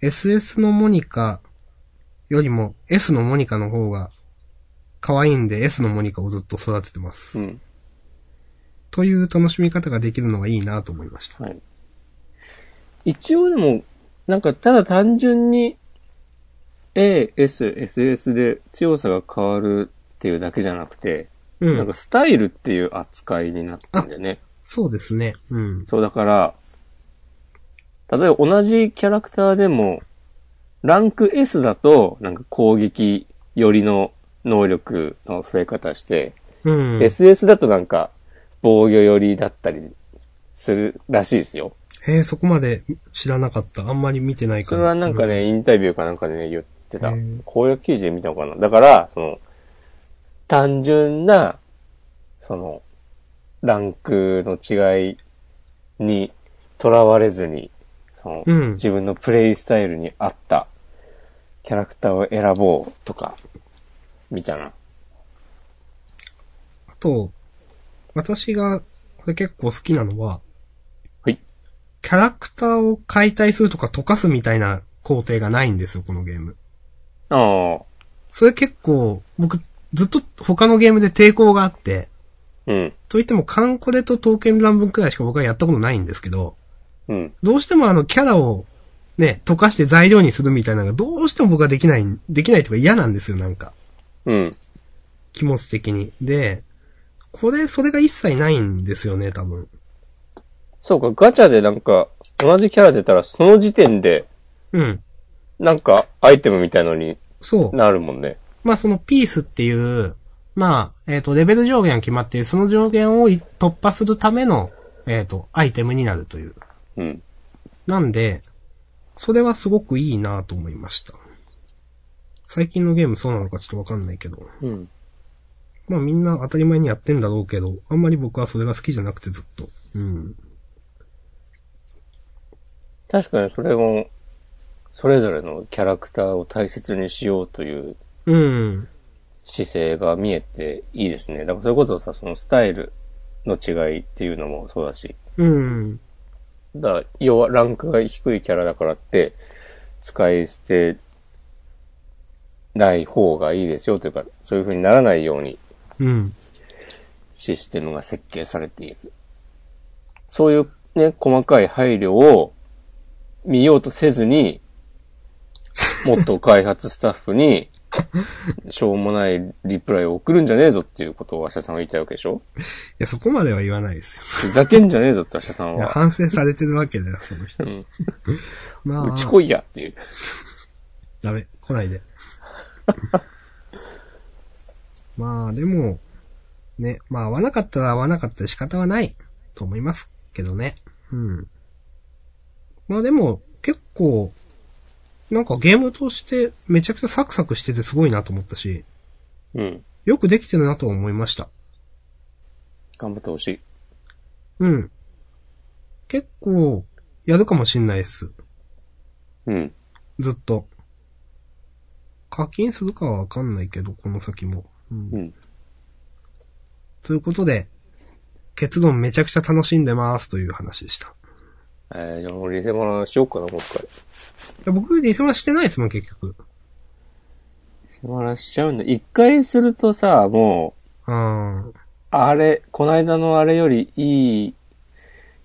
[SPEAKER 1] SS のモニカよりも S のモニカの方が可愛いんで S のモニカをずっと育ててます。
[SPEAKER 2] うん。
[SPEAKER 1] という楽しみ方ができるのがいいなと思いました。
[SPEAKER 2] はい。一応でも、なんかただ単純に A、S、SS で強さが変わるっていうだけじゃなくて、
[SPEAKER 1] う
[SPEAKER 2] な
[SPEAKER 1] ん
[SPEAKER 2] んか。スタイルっていう扱いになったんだよね。
[SPEAKER 1] そうですね。うん。
[SPEAKER 2] そうだから、例えば同じキャラクターでも、ランク S だと、なんか攻撃寄りの能力の増え方して、
[SPEAKER 1] うん。へ
[SPEAKER 2] SS だとなんか防御寄りだったりするらしいですよ。
[SPEAKER 1] え、そこまで知らなかった。あんまり見てないか
[SPEAKER 2] そ
[SPEAKER 1] ら。
[SPEAKER 2] れはなんか
[SPEAKER 1] う。
[SPEAKER 2] ね、インタビューかなんかでね、言ってた
[SPEAKER 1] うん。
[SPEAKER 2] 公約記事で見たのかな。だから、その、単純な、その、ランクの違いにとらわれずに、その、
[SPEAKER 1] うん
[SPEAKER 2] 自分のプレイスタイルに合ったキャラクターを選ぼうとか、みたいな。
[SPEAKER 1] あと、私がこれ結構好きなのは、
[SPEAKER 2] はい。
[SPEAKER 1] キャラクターを解体するとか溶かすみたいな工程がないんですよ、このゲーム。
[SPEAKER 2] ああ、
[SPEAKER 1] それ結構、僕、ずっと他のゲームで抵抗があって、
[SPEAKER 2] うん。
[SPEAKER 1] といってもカンコレと刀剣乱文くらいしか僕はやったことないんですけど、
[SPEAKER 2] うん。
[SPEAKER 1] どうしてもあのキャラをね、溶かして材料にするみたいなのがどうしても僕はできない、できないというか嫌なんですよ、なんか。
[SPEAKER 2] うん。
[SPEAKER 1] 気持ち的に。で、これ、それが一切ないんですよね、多分。
[SPEAKER 2] そうか、ガチャでなんか、同じキャラ出たら、その時点で、
[SPEAKER 1] うん。
[SPEAKER 2] なんか、アイテムみたいのに
[SPEAKER 1] そう。
[SPEAKER 2] なるもんね。
[SPEAKER 1] まあそのピースっていう、まあ、えっ、と、レベル上限が決まっている、その上限をい突破するための、えっ、と、アイテムになるという。
[SPEAKER 2] うん。
[SPEAKER 1] なんで、それはすごくいいなと思いました。最近のゲームそうなのかちょっとわかんないけど。
[SPEAKER 2] うん。
[SPEAKER 1] まあみんな当たり前にやってんだろうけど、あんまり僕はそれが好きじゃなくてずっと。うん。
[SPEAKER 2] 確かにそれも、それぞれのキャラクターを大切にしようという
[SPEAKER 1] うん。
[SPEAKER 2] 姿勢が見えていいですね。だからそれこそさ、そのスタイルの違いっていうのもそうだし、
[SPEAKER 1] うん。
[SPEAKER 2] だから要はランクが低いキャラだからって、使い捨てない方がいいですよというか、そういう風にならないように
[SPEAKER 1] うん。
[SPEAKER 2] システムが設計されている。そういうね、細かい配慮を見ようとせずに、もっと開発スタッフ に、しょうもないリプライを送るんじゃねえぞっていうことをアシャさんは言いたいわけでしょ
[SPEAKER 1] いや、そこまでは言わないですよ。
[SPEAKER 2] ふざけんじゃねえぞってアシャさん
[SPEAKER 1] いや、
[SPEAKER 2] は。
[SPEAKER 1] 反省されてるわけだよ、その人
[SPEAKER 2] う。ん。
[SPEAKER 1] まあ
[SPEAKER 2] う、ちこいやっていう。
[SPEAKER 1] ダメ、来ないで。 まあ、でも、ね、まあ合わなかったら合わなかったで仕方はないと思いますけどね。うん。まあでも、結構、なんかゲームとしてめちゃくちゃサクサクしててすごいなと思ったし、
[SPEAKER 2] うん。
[SPEAKER 1] よくできてるなとは思いました。
[SPEAKER 2] 頑張ってほしい。
[SPEAKER 1] うん。結構、やるかもしんないです。
[SPEAKER 2] うん。
[SPEAKER 1] ずっと。課金するかはわかんないけど、この先も。うん
[SPEAKER 2] うん。
[SPEAKER 1] ということで、結論めちゃくちゃ楽しんでますという話でした。
[SPEAKER 2] えー、じゃあもうリセマラしようかな、もう一回。リ
[SPEAKER 1] 僕、理想はしてないですもん、結局。
[SPEAKER 2] セマラしちゃうんだ。一回するとさ、もう、
[SPEAKER 1] あー
[SPEAKER 2] あれ、こないだのあれよりいい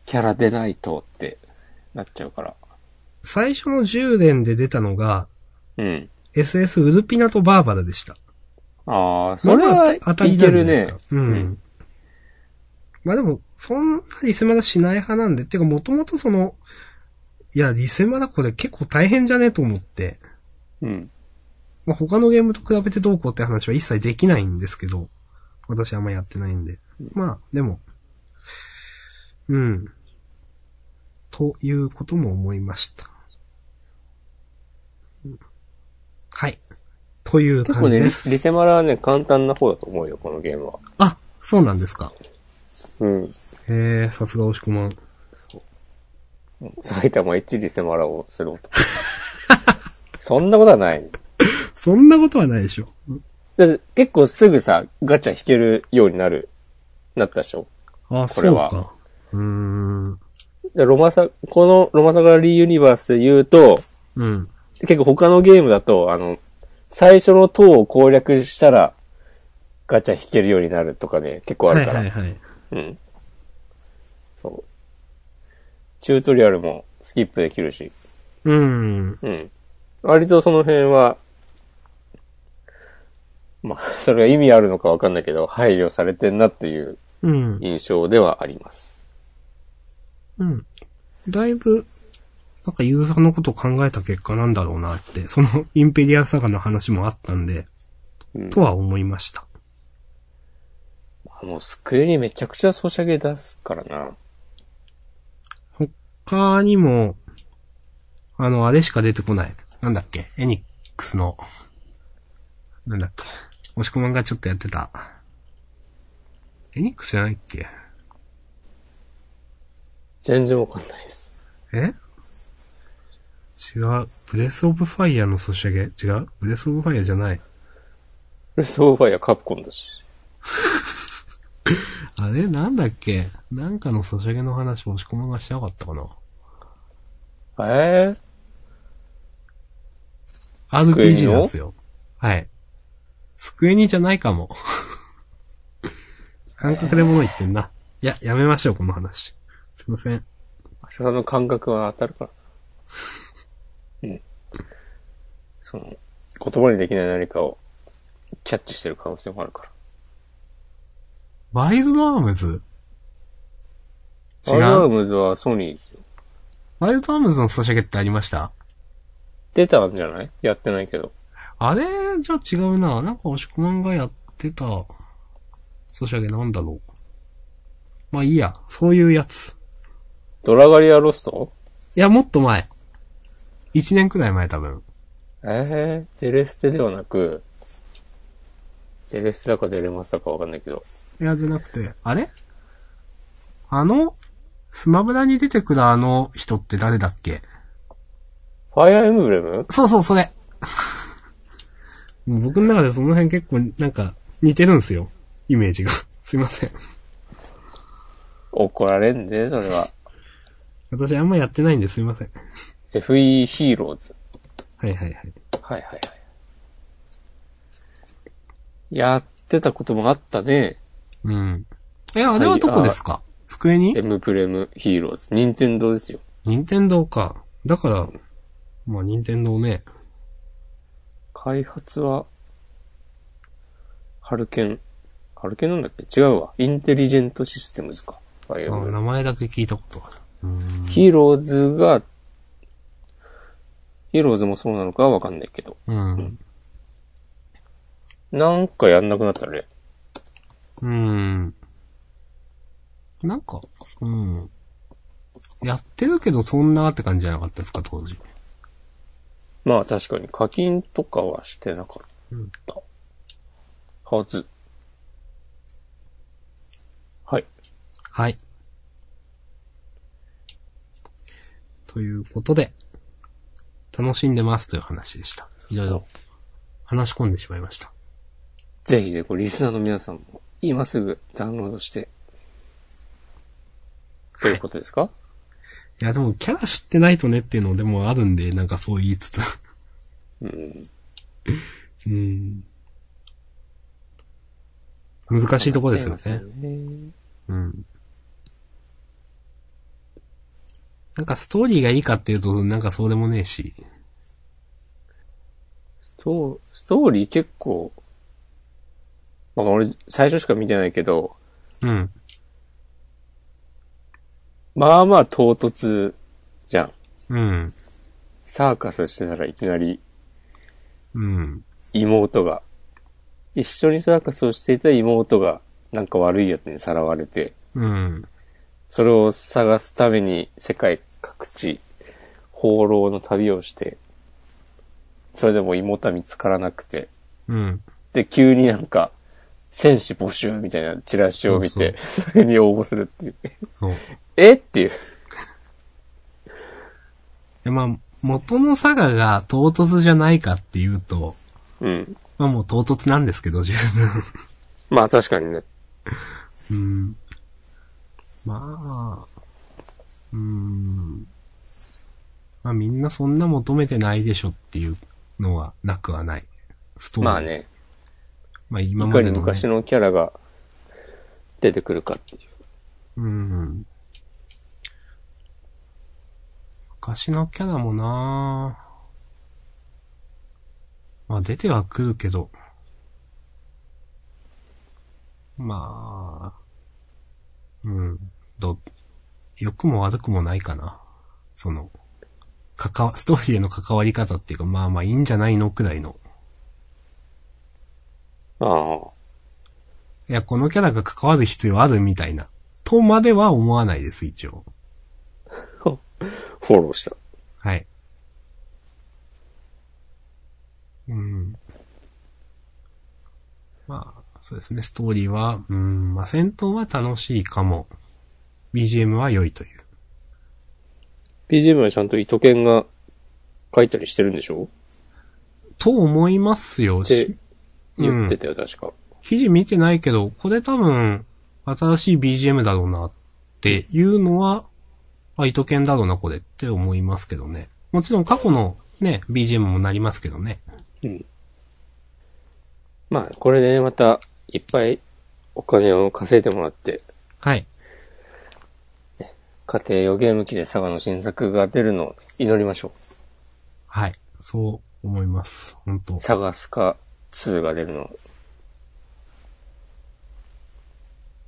[SPEAKER 2] キャラ出ないとってなっちゃうから。
[SPEAKER 1] 最初の10連で出たのが、
[SPEAKER 2] うん。
[SPEAKER 1] SS ウルピナとバーバラでした。
[SPEAKER 2] ああ、それは
[SPEAKER 1] まあた当たりなん
[SPEAKER 2] いける
[SPEAKER 1] じゃない
[SPEAKER 2] ね
[SPEAKER 1] です。かうん。
[SPEAKER 2] うん
[SPEAKER 1] まあでも、そんなリセマラしない派なんで、てかもともとその、いや、リセマラこれ結構大変じゃねと思って、
[SPEAKER 2] うん。
[SPEAKER 1] まあ、他のゲームと比べてどうこうって話は一切できないんですけど、私あんまやってないんで。まあ、でも、うん。ということも思いました。うんはい。という
[SPEAKER 2] 結
[SPEAKER 1] 感
[SPEAKER 2] 構
[SPEAKER 1] じ
[SPEAKER 2] ね、リ
[SPEAKER 1] で
[SPEAKER 2] リ
[SPEAKER 1] す。
[SPEAKER 2] セマラはね、簡単な方だと思うよ、このゲームは。
[SPEAKER 1] あ、そうなんですか。
[SPEAKER 2] うん。
[SPEAKER 1] へえ、さすがおしくまん。
[SPEAKER 2] 埼玉一リセマラをする男。 そんなことはない。
[SPEAKER 1] そんなことはないでしょ。
[SPEAKER 2] だって結構すぐさ、ガチャ引けるようになる、なったでしょ。
[SPEAKER 1] あ、
[SPEAKER 2] これは
[SPEAKER 1] そうか。うーん。
[SPEAKER 2] でロマサ、このロマサガリーユニバースで言うと、
[SPEAKER 1] うん。
[SPEAKER 2] 結構他のゲームだと、あの、最初の塔を攻略したら、ガチャ引けるようになるとかね、結構あ
[SPEAKER 1] はい
[SPEAKER 2] るから。
[SPEAKER 1] はいはい。
[SPEAKER 2] うん。そう。チュートリアルもスキップできるし。
[SPEAKER 1] うん。
[SPEAKER 2] うん。割とその辺は、まあ、それが意味あるのかわかんないけど、配慮されてんなっていう
[SPEAKER 1] うん。
[SPEAKER 2] 印象ではあります。
[SPEAKER 1] うん。だいぶ、なんかユーザーのことを考えた結果なんだろうなって、そのインペリアサガの話もあったんで、
[SPEAKER 2] うん
[SPEAKER 1] とは思いました。
[SPEAKER 2] あの、スクエリめちゃくちゃソシャゲ出すからな。
[SPEAKER 1] 他にも、あの、あれしか出てこない。なんだっけエニックスの、なんだっけ押し込まんがちょっとやってた。エニックスじゃないっけ
[SPEAKER 2] 全然わかんないです。
[SPEAKER 1] え違う。ブレスオブファイヤーのソシャゲ違うブレスオブファイヤーじゃない。
[SPEAKER 2] ソーファイやカプコンだし。
[SPEAKER 1] あれなんだっけなんかのソシャゲの話押し込まんがしなかったかな
[SPEAKER 2] ええ
[SPEAKER 1] ?RPG なんですよ。はい。机にじゃないかも。感覚で物言ってんな。いや、やめましょう、この話。すいません。
[SPEAKER 2] 明日さんの感覚は当たる から。うん。その、言葉にできない何かをキャッチしてる可能性もあるから。
[SPEAKER 1] バイズのアームズ違
[SPEAKER 2] アイアー
[SPEAKER 1] う。
[SPEAKER 2] ムズはソニーですよ。
[SPEAKER 1] バイズのアームズのソシャゲってありました
[SPEAKER 2] 出たんじゃないやってないけど。
[SPEAKER 1] あれじゃあ違うな。なんか押し込まんがやってた、ソシャゲなんだろう。まあいいや、そういうやつ。
[SPEAKER 2] ドラガリアロスト
[SPEAKER 1] いや、もっと前。一年くらい前多分。
[SPEAKER 2] ええデレステではなく、デレステだかデレマスだかわかんないけど。
[SPEAKER 1] いや、じゃなくて、あれあの、スマブラに出てくるあの人って誰だっけ
[SPEAKER 2] ファイアーエムブレム
[SPEAKER 1] そうそう、それ。もう 僕の中でその辺結構なんか似てるんですよ。イメージが。 すいません。
[SPEAKER 2] 怒られんで、それは。
[SPEAKER 1] 私あんまやってないんですいません。
[SPEAKER 2] FE ヒーローズ。
[SPEAKER 1] はいはいはい。
[SPEAKER 2] はいはいはい。やってたこともあったね。
[SPEAKER 1] うん。え、あれはどこですか、机に
[SPEAKER 2] エムブレムヒーローズ。任天堂ですよ。
[SPEAKER 1] 任天堂か。だから、まあ任天堂ね。
[SPEAKER 2] 開発は、ハルケン。ハルケンなんだっけ違うわ。インテリジェントシステムズか。ファイ
[SPEAKER 1] あ
[SPEAKER 2] アーエムブレム
[SPEAKER 1] 名前だけ聞いたことがある。うん。
[SPEAKER 2] ヒーローズが、ヒーローズもそうなのかはわかんないけど。
[SPEAKER 1] うん。
[SPEAKER 2] なんかやんなくなったね。
[SPEAKER 1] うん。なんか、うん。やってるけどそんなって感じじゃなかったですか、当時。
[SPEAKER 2] まあ確かに課金とかはしてなかった。はず。はい。
[SPEAKER 1] はい。ということで、楽しんでますという話でした。いろいろ話し込んでしまいました。
[SPEAKER 2] ぜひね、これリスナーの皆さんも今すぐダウンロードして。ということですか、
[SPEAKER 1] いや、でもキャラ知ってないとねっていうのでもあるんで、なんかそう言いつつ。
[SPEAKER 2] うん。
[SPEAKER 1] うん。難しいとこですよ
[SPEAKER 2] そう
[SPEAKER 1] ね。うん。なんかストーリーがいいかっていうと、なんかそうでもねえし。
[SPEAKER 2] ストストーリー結構、まあ俺最初しか見てないけど、
[SPEAKER 1] うん。
[SPEAKER 2] まあまあ唐突じゃん。
[SPEAKER 1] うん。
[SPEAKER 2] サーカスしてたらいきなり
[SPEAKER 1] うん。
[SPEAKER 2] 妹が、一緒にサーカスをしていた妹が、なんか悪い奴にさらわれて、
[SPEAKER 1] うん。
[SPEAKER 2] それを探すために世界各地、放浪の旅をして、それでも妹は見つからなくて、
[SPEAKER 1] うん。
[SPEAKER 2] で、急になんか、戦士募集みたいなチラシを見て、それに応募するっていう。
[SPEAKER 1] そう。
[SPEAKER 2] えっていう。
[SPEAKER 1] で、まあ、元の佐賀が唐突じゃないかっていうと、
[SPEAKER 2] うん。
[SPEAKER 1] まあもう唐突なんですけど、十
[SPEAKER 2] まあ確かにね。
[SPEAKER 1] 分。うん。まあ、うん。まあみんなそんな求めてないでしょっていうのはなくはない。ストーリー。
[SPEAKER 2] まあ。ね、
[SPEAKER 1] まあ今
[SPEAKER 2] い
[SPEAKER 1] ま
[SPEAKER 2] か
[SPEAKER 1] での、
[SPEAKER 2] に昔のキャラが出てくるかっていう。
[SPEAKER 1] うん。昔のキャラもなぁ。まあ出てはくるけど。まあ、うん、ど、良くも悪くもないかな。その、関わ、ストーリーへの関わり方っていうか、まあまあいいんじゃないのくらいの。
[SPEAKER 2] ああ。
[SPEAKER 1] いや、このキャラが関わる必要あるみたいな。とまでは思わないです、一応。
[SPEAKER 2] フォローした。
[SPEAKER 1] はい。うん。まあ、そうですね、ストーリーは、うん、まあ戦闘は楽しいかも。BGM は良いという。
[SPEAKER 2] BGM はちゃんと糸犬が書いたりしてるんでしょ
[SPEAKER 1] と思いますよ。
[SPEAKER 2] って
[SPEAKER 1] し
[SPEAKER 2] 言ってたよ、確か。
[SPEAKER 1] 記事見てないけど、これ多分、新しい BGM だろうなっていうのは、あ、イトケンだろうな、これって思いますけどね。もちろん過去のね、BGM もなりますけどね。
[SPEAKER 2] うん。まあ、これでね、また、いっぱいお金を稼いでもらって、
[SPEAKER 3] はい。
[SPEAKER 2] 家庭用ゲーム機で佐賀の新作が出るのを祈りましょう。
[SPEAKER 3] はい。
[SPEAKER 1] そう思います。本当
[SPEAKER 2] サガスカ2が出るのを。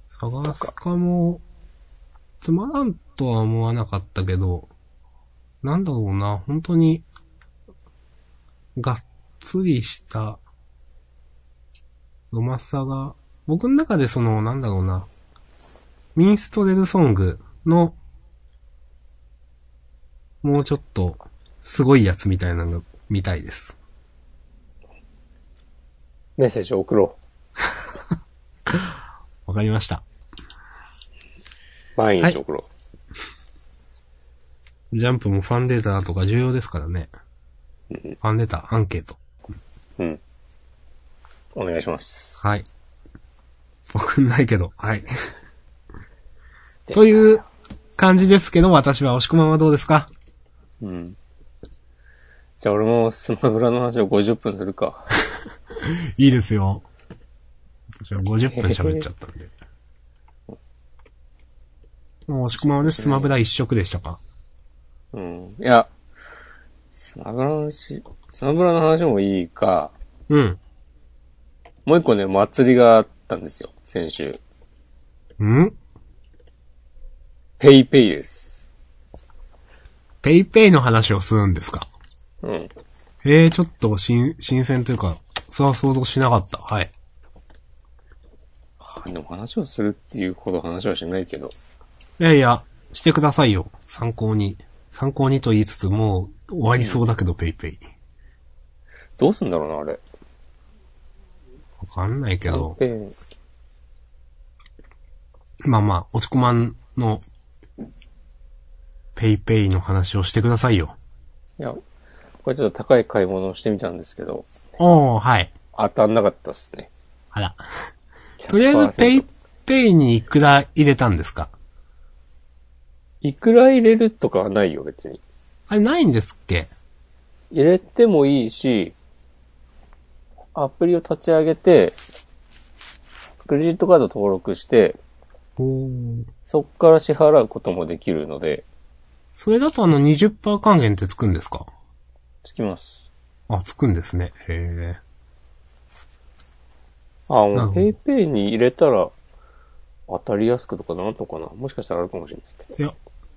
[SPEAKER 1] 探すかも、つまらんとは思わなかったけど、なんだろうな、本当に、がっつりした、ロマサが、僕の中でその、なんだろうな、ミンストレルソングの、もうちょっと、すごいやつみたいなの、見たいです。
[SPEAKER 2] メッセージを送ろ
[SPEAKER 1] わかりました。
[SPEAKER 2] う。毎日送ろう。
[SPEAKER 1] ジャンプもファンデータとか重要ですからね。ファンデータ、アンケート。
[SPEAKER 2] うん。お願いします。
[SPEAKER 1] はい。送んないけど、はい。
[SPEAKER 2] で
[SPEAKER 1] という感じですけど、私は、押し込まんはどうですか
[SPEAKER 2] うん。じゃあ俺もスマブラの話を50分するか。
[SPEAKER 1] いいですよ。私は50分喋っちゃったんで。もう押し込まんはね、スマブラ一色でしたか
[SPEAKER 2] うん。いや、スマブラの話、スマブラの話もいいか、
[SPEAKER 1] うん。
[SPEAKER 2] もう一個ね、祭りがあったんですよ。先週。
[SPEAKER 1] ん
[SPEAKER 2] ペイペイです。
[SPEAKER 1] ペイペイの話をするんですか
[SPEAKER 2] うん。
[SPEAKER 1] えー、ちょっと、新、新鮮というか、それは想像しなかった。はい。
[SPEAKER 2] あでも話をするっていうほど話はしないけど。
[SPEAKER 1] いやいや、してくださいよ。参考に。参考にと言いつつ、もう終わりそうだけど、ペイペイ。
[SPEAKER 2] どうすんだろうな、あれ。
[SPEAKER 1] わかんないけ
[SPEAKER 2] ペ
[SPEAKER 1] ど
[SPEAKER 2] イ。ペイ
[SPEAKER 1] まあまあ、落ち込まんの、ペイペイの話をしてくださいよ。
[SPEAKER 2] いや、これちょっと高い買い物をしてみたんですけど、
[SPEAKER 1] おー、はい。
[SPEAKER 2] 当たんなかったっすね。
[SPEAKER 1] あら。とりあえず、ペイペイにいくら入れたんですか
[SPEAKER 2] いくら入れるとかはないよ、別に。
[SPEAKER 1] あれ、ないんですっけ
[SPEAKER 2] 入れてもいいし、アプリを立ち上げて、クレジットカード登録して、
[SPEAKER 1] おー。
[SPEAKER 2] そっから支払うこともできるので、
[SPEAKER 1] それだとあの20%還元ってつくんですか
[SPEAKER 2] つきます。
[SPEAKER 1] あ、つくんですね。へな
[SPEAKER 2] あ、
[SPEAKER 1] る
[SPEAKER 2] も
[SPEAKER 1] ほ
[SPEAKER 2] う
[SPEAKER 1] ど
[SPEAKER 2] ペイペイに入れたら、当たりやすくとかなんとかな。もしかしたらあるかもしれない
[SPEAKER 1] え。
[SPEAKER 2] けど。
[SPEAKER 1] いや、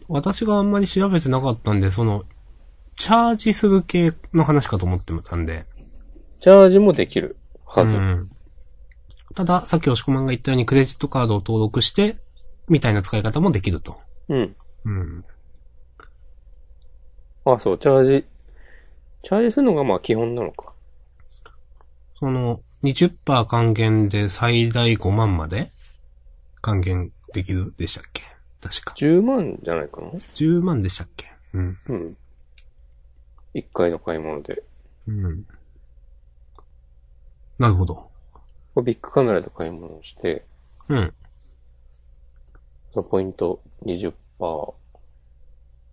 [SPEAKER 1] 私があんまり調べてなかったんで、その、チャージする系の話かと思ってたんで。
[SPEAKER 2] チャージもできるはず。
[SPEAKER 1] うん。ただ、さっき押し込まんが言ったようにクレジットカードを登録して、みたいな使い方もできると。
[SPEAKER 2] うん。
[SPEAKER 1] うん。
[SPEAKER 2] あ、そう、チャージ。チャージするのがまあ基本なのか。
[SPEAKER 1] その、20%還元で最大5万まで還元できるでしたっけ確か。
[SPEAKER 2] 10万じゃないかな
[SPEAKER 1] 10万でしたっけうん。
[SPEAKER 2] うん。一回の買い物で。
[SPEAKER 1] うん。なるほど。
[SPEAKER 2] これビッグカメラで買い物をして、
[SPEAKER 1] うん。
[SPEAKER 2] そのポイント20%。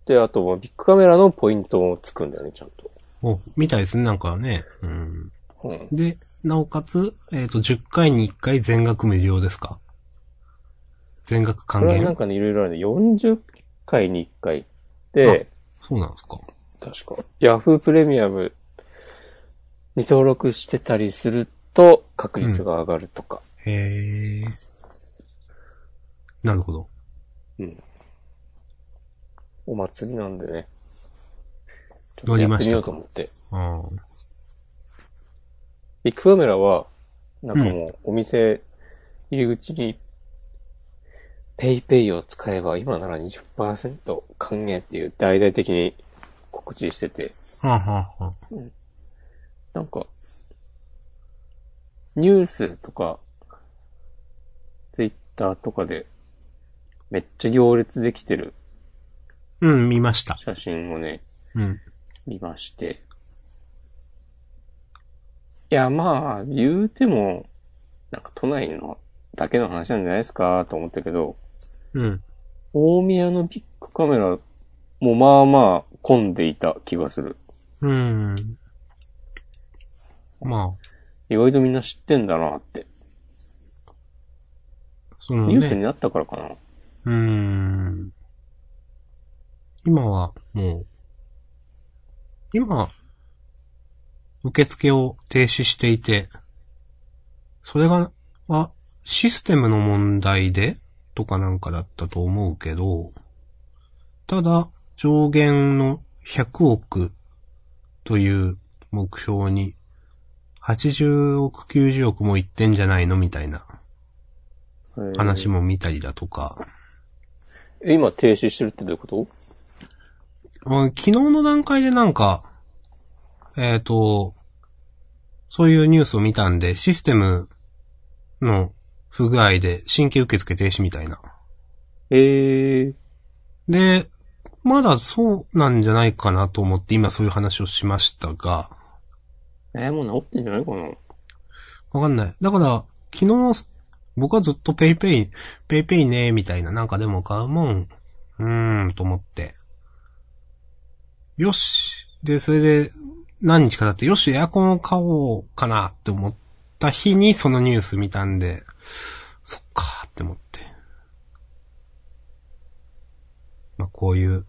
[SPEAKER 2] で、あとはビッグカメラのポイントもつくんだよね、ちゃんと。
[SPEAKER 1] お、みたいですね、なんかね。うん。
[SPEAKER 2] うん。
[SPEAKER 1] で、なおかつ、えっ、と、10回に1回全額無料ですか全額
[SPEAKER 2] こ
[SPEAKER 1] 還
[SPEAKER 2] れはなん
[SPEAKER 1] 元
[SPEAKER 2] かね、いろいろあるね。40回に1回で、
[SPEAKER 1] そうなんですか
[SPEAKER 2] 確か、ヤフープレミアムに登録してたりすると、確率が上がるとか。
[SPEAKER 1] へえ。なるほど。
[SPEAKER 2] お祭りなんでね。ちょっ
[SPEAKER 1] 乗
[SPEAKER 2] と
[SPEAKER 1] り
[SPEAKER 2] や
[SPEAKER 1] ま
[SPEAKER 2] って
[SPEAKER 1] し
[SPEAKER 2] みよ
[SPEAKER 1] た
[SPEAKER 2] う
[SPEAKER 1] か
[SPEAKER 2] と思って。
[SPEAKER 1] ああ。
[SPEAKER 2] ビッグカメラは、なんかもう、お店、入り口に、ペイペイを使えば、今なら20%還元っていう大々的に告知してて、
[SPEAKER 1] はあ、はあはあ、
[SPEAKER 2] なんか、ニュースとか、ツイッターとかで、めっちゃ行列できてる
[SPEAKER 1] うん、見ました。
[SPEAKER 2] 写真をね、
[SPEAKER 1] うん。
[SPEAKER 2] 見まして。いや、まあ、言うても、なんか都内のだけの話なんじゃないですかと思ったけど、
[SPEAKER 1] うん。
[SPEAKER 2] 大宮のビッグカメラもまあまあ
[SPEAKER 1] 嗯
[SPEAKER 2] 混んでいた気がする。
[SPEAKER 1] うん。まあ、
[SPEAKER 2] 意外とみんな知ってんだなって。
[SPEAKER 1] その
[SPEAKER 2] ニュースに
[SPEAKER 1] ね、
[SPEAKER 2] なったからかな。
[SPEAKER 1] うーん。今は、もう、今、受付を停止していて、それが、は、システムの問題でとかなんかだったと思うけど、ただ、上限の100億という目標に、80億、90億もいってんじゃないのみたいな
[SPEAKER 2] えー
[SPEAKER 1] 話も見たりだとか、
[SPEAKER 2] え今停止してるってどういうこと
[SPEAKER 1] うん昨日の段階でなんか、えっ、と、そういうニュースを見たんで、システムの不具合で新規受付停止みたいな。
[SPEAKER 2] えー、
[SPEAKER 1] で、まだそうなんじゃないかなと思って今そういう話をしましたが、
[SPEAKER 2] えー、もう治ってんじゃないかな
[SPEAKER 1] わかんない。だから、昨日、僕はずっとペイペイ、ペイペイねーみたいな、なんかでも買うもん、うーん、と思って。よし。で、それで、何日か経って、よし、エアコンを買おうかなって思った日にそのニュース見たんで、そっかーって思って。まあ、こういう、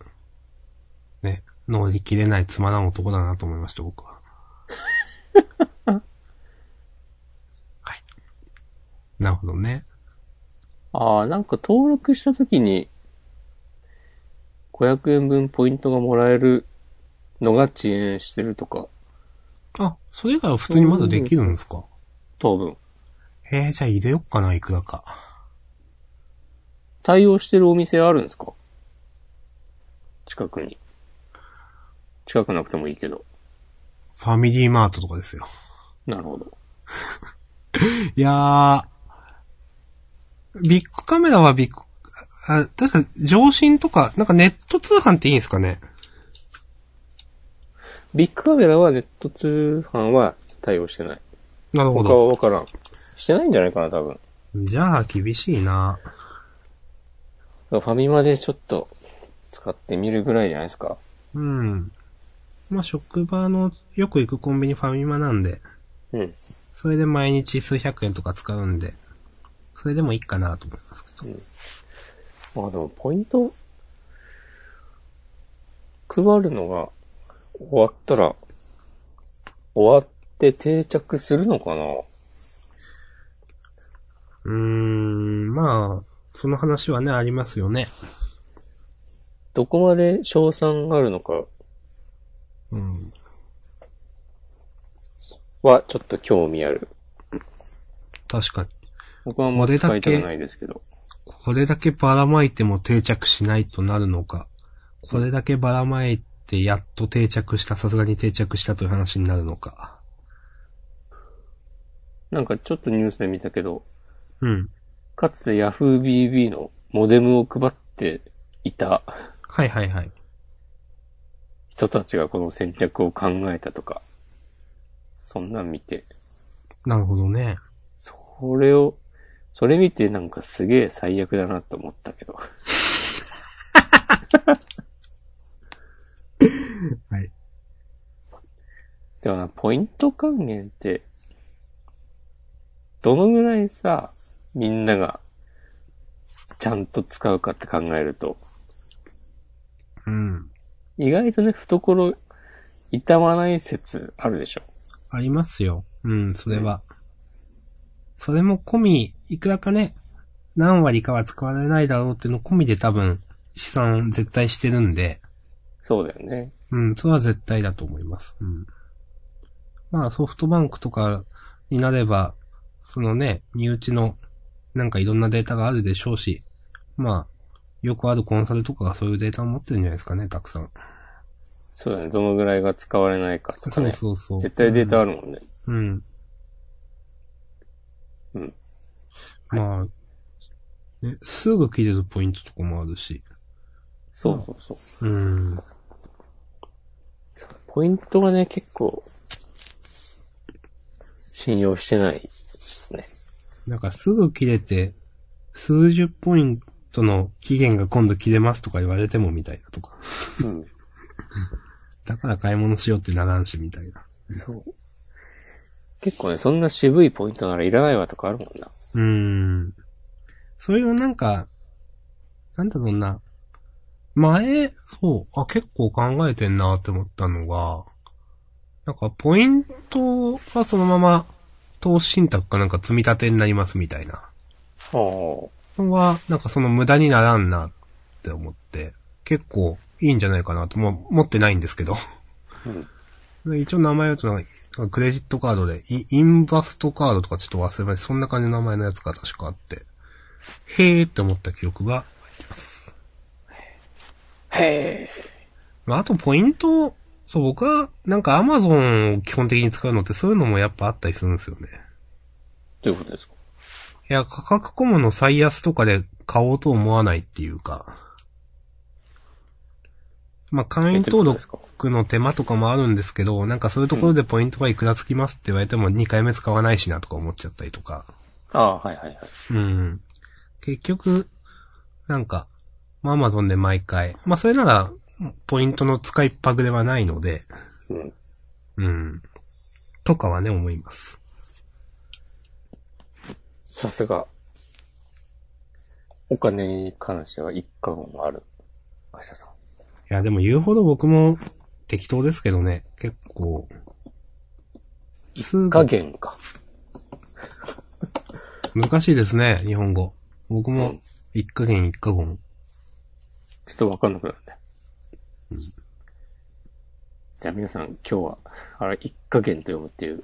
[SPEAKER 1] ね、乗り切れないつまらん男だなと思いました、僕は。なるほどね。
[SPEAKER 2] ああ、なんか登録した時に、500円分ポイントがもらえるのが遅延してるとか、
[SPEAKER 1] あ、それ以外は普通にまだできるんですか
[SPEAKER 2] 当分。
[SPEAKER 1] えー、じゃあ入れよっかな、いくらか。
[SPEAKER 2] 対応してるお店あるんですか近くに。近くなくてもいいけど。
[SPEAKER 1] ファミリーマートとかですよ。
[SPEAKER 2] なるほど。
[SPEAKER 1] いやー、ビッグカメラはビッグ、あ、だから上新とか、なんかネット通販っていいんですかね
[SPEAKER 2] ビッグカメラはネット通販は対応してない。
[SPEAKER 1] なるほ
[SPEAKER 2] 他
[SPEAKER 1] ど。
[SPEAKER 2] はわからん。してないんじゃないかな、多分。
[SPEAKER 1] じゃあ、厳しいな。
[SPEAKER 2] ファミマでちょっと使ってみるぐらいじゃないですか。
[SPEAKER 1] うん。まあ、職場のよく行くコンビニファミマなんで、
[SPEAKER 2] うん。
[SPEAKER 1] それで毎日数百円とか使うんで、それでもいいかなと思います。
[SPEAKER 2] まあでもポイント、配るのが終わったら、終わって定着するのかな
[SPEAKER 1] うーん、まあ、その話はね、ありますよね。
[SPEAKER 2] どこまで賞賛があるのか
[SPEAKER 1] うん。
[SPEAKER 2] はちょっと興味ある。
[SPEAKER 1] 確かに。
[SPEAKER 2] 僕はあんまり使いたくないですけど。
[SPEAKER 1] これだけばらまいても定着しないとなるのか。これだけばらまいてやっと定着した、さすがに定着したという話になるのか。
[SPEAKER 2] なんかちょっとニュースで見たけど、
[SPEAKER 1] うん。
[SPEAKER 2] かつて YahooBB のモデムを配っていた
[SPEAKER 1] はいはいはい。
[SPEAKER 2] 人たちがこの戦略を考えたとか、そんなん見て、
[SPEAKER 1] なるほどね。
[SPEAKER 2] それを、それ見てなんかすげえ最悪だなと思ったけど。
[SPEAKER 1] はい。
[SPEAKER 2] でもな、ポイント還元って、どのぐらいさ、みんなが、ちゃんと使うかって考えると、
[SPEAKER 1] うん。
[SPEAKER 2] 意外とね、懐、痛まない説あるでしょ。
[SPEAKER 1] ありますよ。うん、それは。それも込み、いくらかね、何割かは使われないだろうっていうの込みで多分、試算絶対してるんで、
[SPEAKER 2] そうだよね。
[SPEAKER 1] うん、それは絶対だと思います。うん。まあ、ソフトバンクとかになれば、そのね、身内の、なんかいろんなデータがあるでしょうし、まあ、よくあるコンサルとかがそういうデータを持ってるんじゃないですかね、たくさん。
[SPEAKER 2] そうだね。どのぐらいが使われないかとか
[SPEAKER 1] そう
[SPEAKER 2] ね。
[SPEAKER 1] そうそう。
[SPEAKER 2] 絶対データあるもんね。
[SPEAKER 1] うん。
[SPEAKER 2] うん
[SPEAKER 1] まあ、ね、すぐ切れるポイントとかもあるし。
[SPEAKER 2] そうそうそう。
[SPEAKER 1] うん。
[SPEAKER 2] ポイントがね、結構、信用してないですね。
[SPEAKER 1] なんかすぐ切れて、数十ポイントの期限が今度切れますとか言われてもみたいなとか。
[SPEAKER 2] うん。
[SPEAKER 1] だから買い物しようってならんしみたいな。
[SPEAKER 2] そう。結構ね、そんな渋いポイントならいらないわとかあるもんな。
[SPEAKER 1] うーん。それをなんか、なんだろうな。前、そう、あ、結構考えてんなって思ったのが、なんか、ポイントはそのまま、投資信託かなんか積み立てになりますみたいな。
[SPEAKER 2] お
[SPEAKER 1] のは、なんかその無駄にならんなって思って、結構いいんじゃないかなと、もう持ってないんですけど。で一応名前をちょっとなんか、クレジットカードで、イインバストカードとかちょっと忘れました。そんな感じの名前のやつが確かあって、へーって思った記憶があります。
[SPEAKER 2] へえ。
[SPEAKER 1] まあ、あとポイント、そう、僕は、なんかアマゾンを基本的に使うのってそういうのもやっぱあったりするんですよね。
[SPEAKER 2] どういうことですか
[SPEAKER 1] いや、価格コムの最安とかで買おうと思わないっていうか。まあ、会員登録の手間とかもあるんですけど、なんかそういうところでポイントがいくらつきますって言われても2回目使わないしなとか思っちゃったりとか。
[SPEAKER 2] ああ、はいはいはい。
[SPEAKER 1] うん。結局、なんか、まあ、アマゾンで毎回。まあ、それなら、ポイントの使いっぱぐではないので、
[SPEAKER 2] うん。
[SPEAKER 1] うん。とかはね、思います。
[SPEAKER 2] さすが。お金に関しては一貫もある。会社さん。
[SPEAKER 1] いや、でも言うほど僕も適当ですけどね、結構。数
[SPEAKER 2] 加減か。
[SPEAKER 1] 難しいですね、日本語。僕も、一加減一加減。
[SPEAKER 2] ちょっとわかんなくなるんだ。じゃあ皆さん今日は、あれ、一加減と読むっていう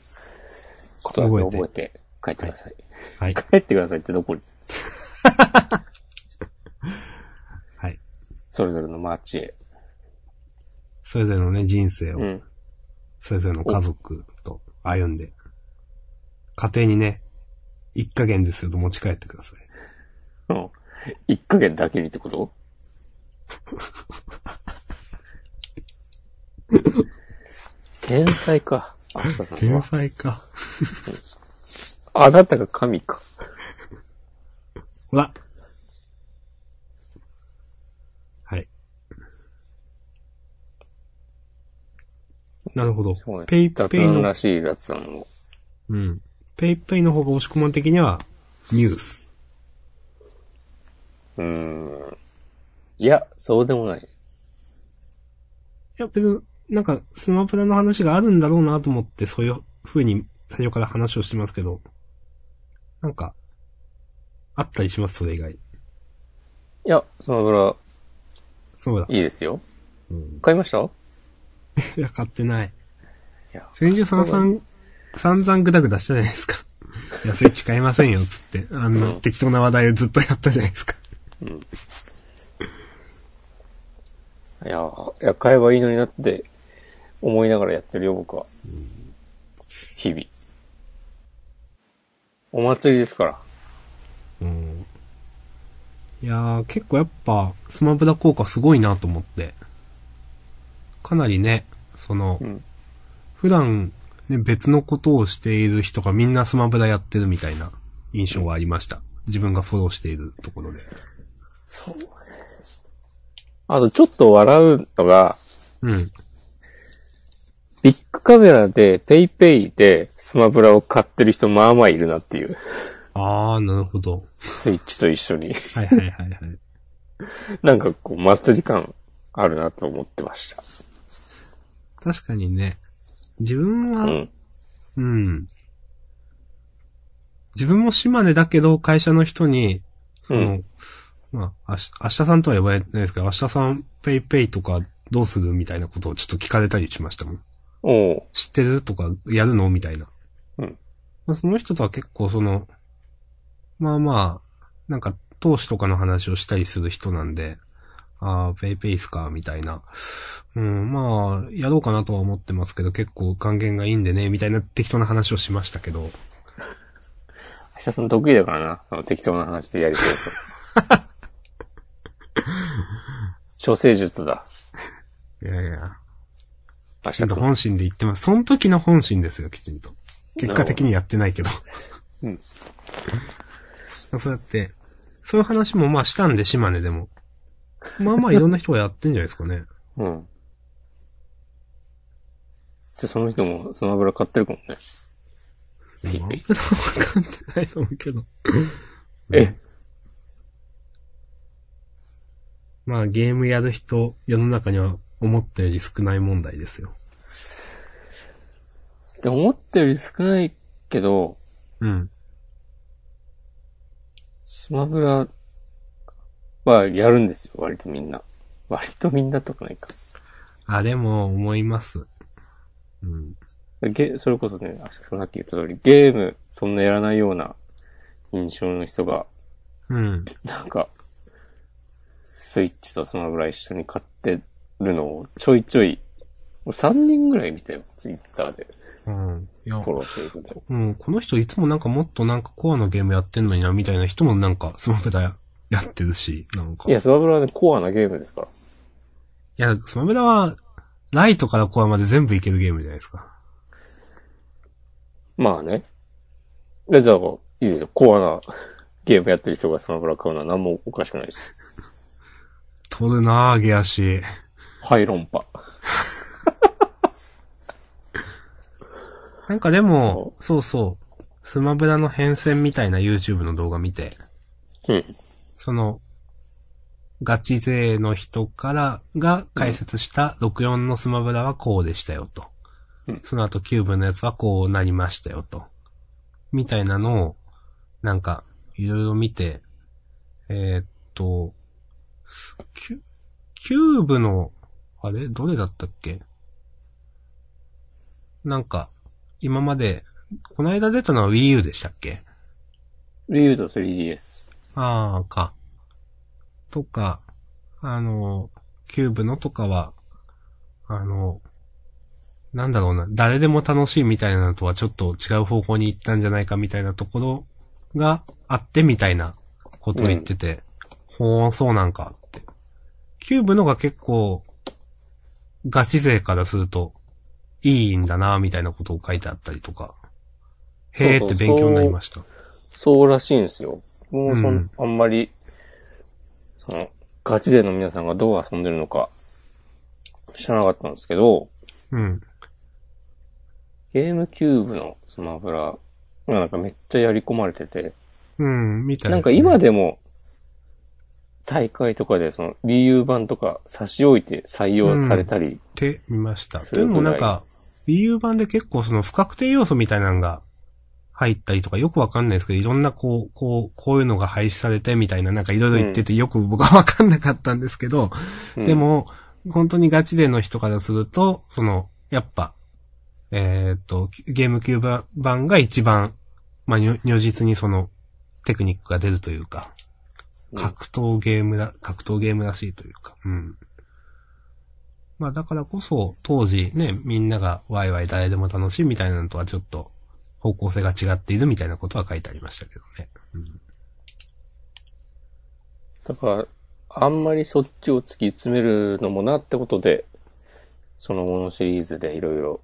[SPEAKER 2] ことだけ覚えて帰ってください。
[SPEAKER 1] はい。
[SPEAKER 2] 帰ってくださいってどこ に
[SPEAKER 1] はい。
[SPEAKER 2] それぞれのマーチへ。
[SPEAKER 1] それぞれのね、人生
[SPEAKER 2] う
[SPEAKER 1] を、
[SPEAKER 2] ん。
[SPEAKER 1] それぞれの家族と歩んで、家庭にね、一加減ですよと持ち帰ってください。
[SPEAKER 2] うん。一加減だけにっ てこと天才か。あ明日さん
[SPEAKER 1] 天
[SPEAKER 2] は。
[SPEAKER 1] 才か。
[SPEAKER 2] あなたが神か。
[SPEAKER 1] ほら。はい。なるほど
[SPEAKER 2] そうね。
[SPEAKER 1] ペイペ
[SPEAKER 2] 雑
[SPEAKER 1] イ
[SPEAKER 2] 談
[SPEAKER 1] の
[SPEAKER 2] ら、しい雑談を。
[SPEAKER 1] うん。ペイペイの方が押し込まん的には、ニュース。
[SPEAKER 2] うーん。いや、そうでもない。
[SPEAKER 1] いや、別に、なんか、スマプラの話があるんだろうなと思って、そういう風に最初から話をしてますけど、なんか、あったりします、それ以外。
[SPEAKER 2] いや、スマブラ、
[SPEAKER 1] そうだ。
[SPEAKER 2] いいですよ。
[SPEAKER 1] うん、
[SPEAKER 2] 買いましたい
[SPEAKER 1] いや、買ってない。
[SPEAKER 2] や、
[SPEAKER 1] 先週さんさん、散々グダグダしたじゃないですか。いや、スイッチ買いませんよ、つって。あんな
[SPEAKER 2] うん
[SPEAKER 1] 適当な話題をずっとやったじゃないですか。
[SPEAKER 2] いや、いや買えばいいのになって思いながらやってるよ、僕は。日々。お祭りですから。
[SPEAKER 1] うん。いやー、結構やっぱ、スマブラ効果すごいなと思って。かなりね、その、
[SPEAKER 2] うん。
[SPEAKER 1] 普段、ね、別のことをしている人がみんなスマブラやってるみたいな印象がありました。自分がフォローしているところで。
[SPEAKER 2] あと、ちょっと笑うのが、
[SPEAKER 1] うん。
[SPEAKER 2] ビッグカメラで、ペイペイでスマブラを買ってる人、まあまあいるなっていう。
[SPEAKER 1] あー、なるほど。
[SPEAKER 2] スイッチと一緒に。
[SPEAKER 1] はいはいはいはい。
[SPEAKER 2] なんかこう、祭り感あるなと思ってました。
[SPEAKER 1] 確かにね、自分
[SPEAKER 2] う
[SPEAKER 1] は、
[SPEAKER 2] ん。
[SPEAKER 1] うん。自分も島根だけど、会社の人に、その、
[SPEAKER 2] う
[SPEAKER 1] まあ、あし明日さんとは呼ばれてないですけど、明日さん、ペイペイとかどうするみたいなことをちょっと聞かれたりしましたもん。
[SPEAKER 2] おう。
[SPEAKER 1] 知ってるとか、やるのみたいな。
[SPEAKER 2] うん。
[SPEAKER 1] まあ、その人とは結構その、まあまあ、なんか投資とかの話をしたりする人なんで、ああ、ペイペイっすか、みたいな。うん、まあ、やろうかなとは思ってますけど、結構還元がいいんでね、みたいな適当な話をしましたけど。
[SPEAKER 2] 明日さん得意だからな。あの適当な話でやりたいと。調整術だ。
[SPEAKER 1] いやいや、
[SPEAKER 2] 明
[SPEAKER 1] ちゃ
[SPEAKER 2] 日
[SPEAKER 1] んと
[SPEAKER 2] 君。
[SPEAKER 1] 本心で言ってます。その時の本心ですよ、きちんと。結果的にやってないけど。
[SPEAKER 2] なるほ
[SPEAKER 1] そうやって、そういう話もまあしたんで、島根でも。まあまあいろんな人がやってんじゃないですかね。
[SPEAKER 2] うん。じゃあその人もスマブラ買ってるかもね。
[SPEAKER 1] でも言い方わかってないと思うけど。
[SPEAKER 2] え、
[SPEAKER 1] まあゲームやる人、世の中には思ったより少ない問題ですよ。
[SPEAKER 2] で思ったより少ないけど、
[SPEAKER 1] うん。
[SPEAKER 2] スマブラはやるんですよ、割とみんな。割とみんなとかないか。
[SPEAKER 1] あ、でも思います。うん。
[SPEAKER 2] ゲそれこそね、あさっき言った通り、ゲームそんなやらないような印象の人が、
[SPEAKER 1] うん。
[SPEAKER 2] なんか、スイッチとスマブラ一緒に買ってるのをちょいちょい、俺3人ぐらい見たよ、ツイッターで。
[SPEAKER 1] うん。いや
[SPEAKER 2] フォ、ローということで。
[SPEAKER 1] うん、この人いつもなんかもっとなんかコアのゲームやってんのにな、みたいな人もなんかスマブラやってるし、なんか。
[SPEAKER 2] いや、スマブラはね、コアなゲームですから。
[SPEAKER 1] いや、スマブラは、ライトからコアまで全部いけるゲームじゃないですか。
[SPEAKER 2] まあね。で、じゃあ、いいでしょ。コアなゲームやってる人がスマブラ買うのは何もおかしくないし。
[SPEAKER 1] 取るなぁ、ゲアシ。
[SPEAKER 2] ハイ論破。
[SPEAKER 1] なんかでも、そうそう、スマブラの変遷みたいな YouTube の動画見て、
[SPEAKER 2] うん。
[SPEAKER 1] その、ガチ勢の人から、が解説した64のスマブラはこうでしたよと。
[SPEAKER 2] うん
[SPEAKER 1] その後9分のやつはこうなりましたよと。みたいなのを、なんか、いろいろ見て、えーっと、9、9部の、あれどれだったっけなんか、今まで、この間出たのは Wii U でしたっけ
[SPEAKER 2] 理由と 3DS。
[SPEAKER 1] ああ、か。とか、あの、キューブのとかは、あの、なんだろうな、誰でも楽しいみたいなのとはちょっと違う方向に行ったんじゃないかみたいなところがあってみたいなことを言ってて、ほーそうなんかって。キューブのが結構、ガチ勢からすると、いいんだなみたいなことを書いてあったりとか、へーって勉強になりました。
[SPEAKER 2] そうらしいんですよ。僕もそん、
[SPEAKER 1] うん
[SPEAKER 2] あんまり、その、ガチ勢の皆さんがどう遊んでるのか、知らなかったんですけど、
[SPEAKER 1] うん。
[SPEAKER 2] ゲームキューブのスマブラがなんかめっちゃやり込まれてて、
[SPEAKER 1] うん、みたいな、
[SPEAKER 2] なんか今でも、大会とかでその Wii U 版とか差し置いて採用されたり、
[SPEAKER 1] ってみました。
[SPEAKER 2] すご
[SPEAKER 1] で
[SPEAKER 2] い
[SPEAKER 1] もなんか、Wii U 版で結構その不確定要素みたいなのが入ったりとかよくわかんないですけど、いろんなこう、こう、こういうのが廃止されてみたいななんかいろいろ言っててよく僕はわかんなかったんですけど、
[SPEAKER 2] うん
[SPEAKER 1] で、も、本当にガチ勢の人からすると、その、やっぱ、えーっと、ゲームキューブ版が一番、まあ、如如実にその、テクニックが出るというか、
[SPEAKER 2] うん
[SPEAKER 1] 格闘ゲームだ、格闘ゲームらしいというか、うん。まあ、だからこそ、当時ね、みんながワイワイ誰でも楽しいみたいなのとはちょっと、方向性が違っているみたいなことは書いてありましたけどね。
[SPEAKER 2] だから、あんまりそっちを突き詰めるのもなってことで、そのものシリーズでいろいろ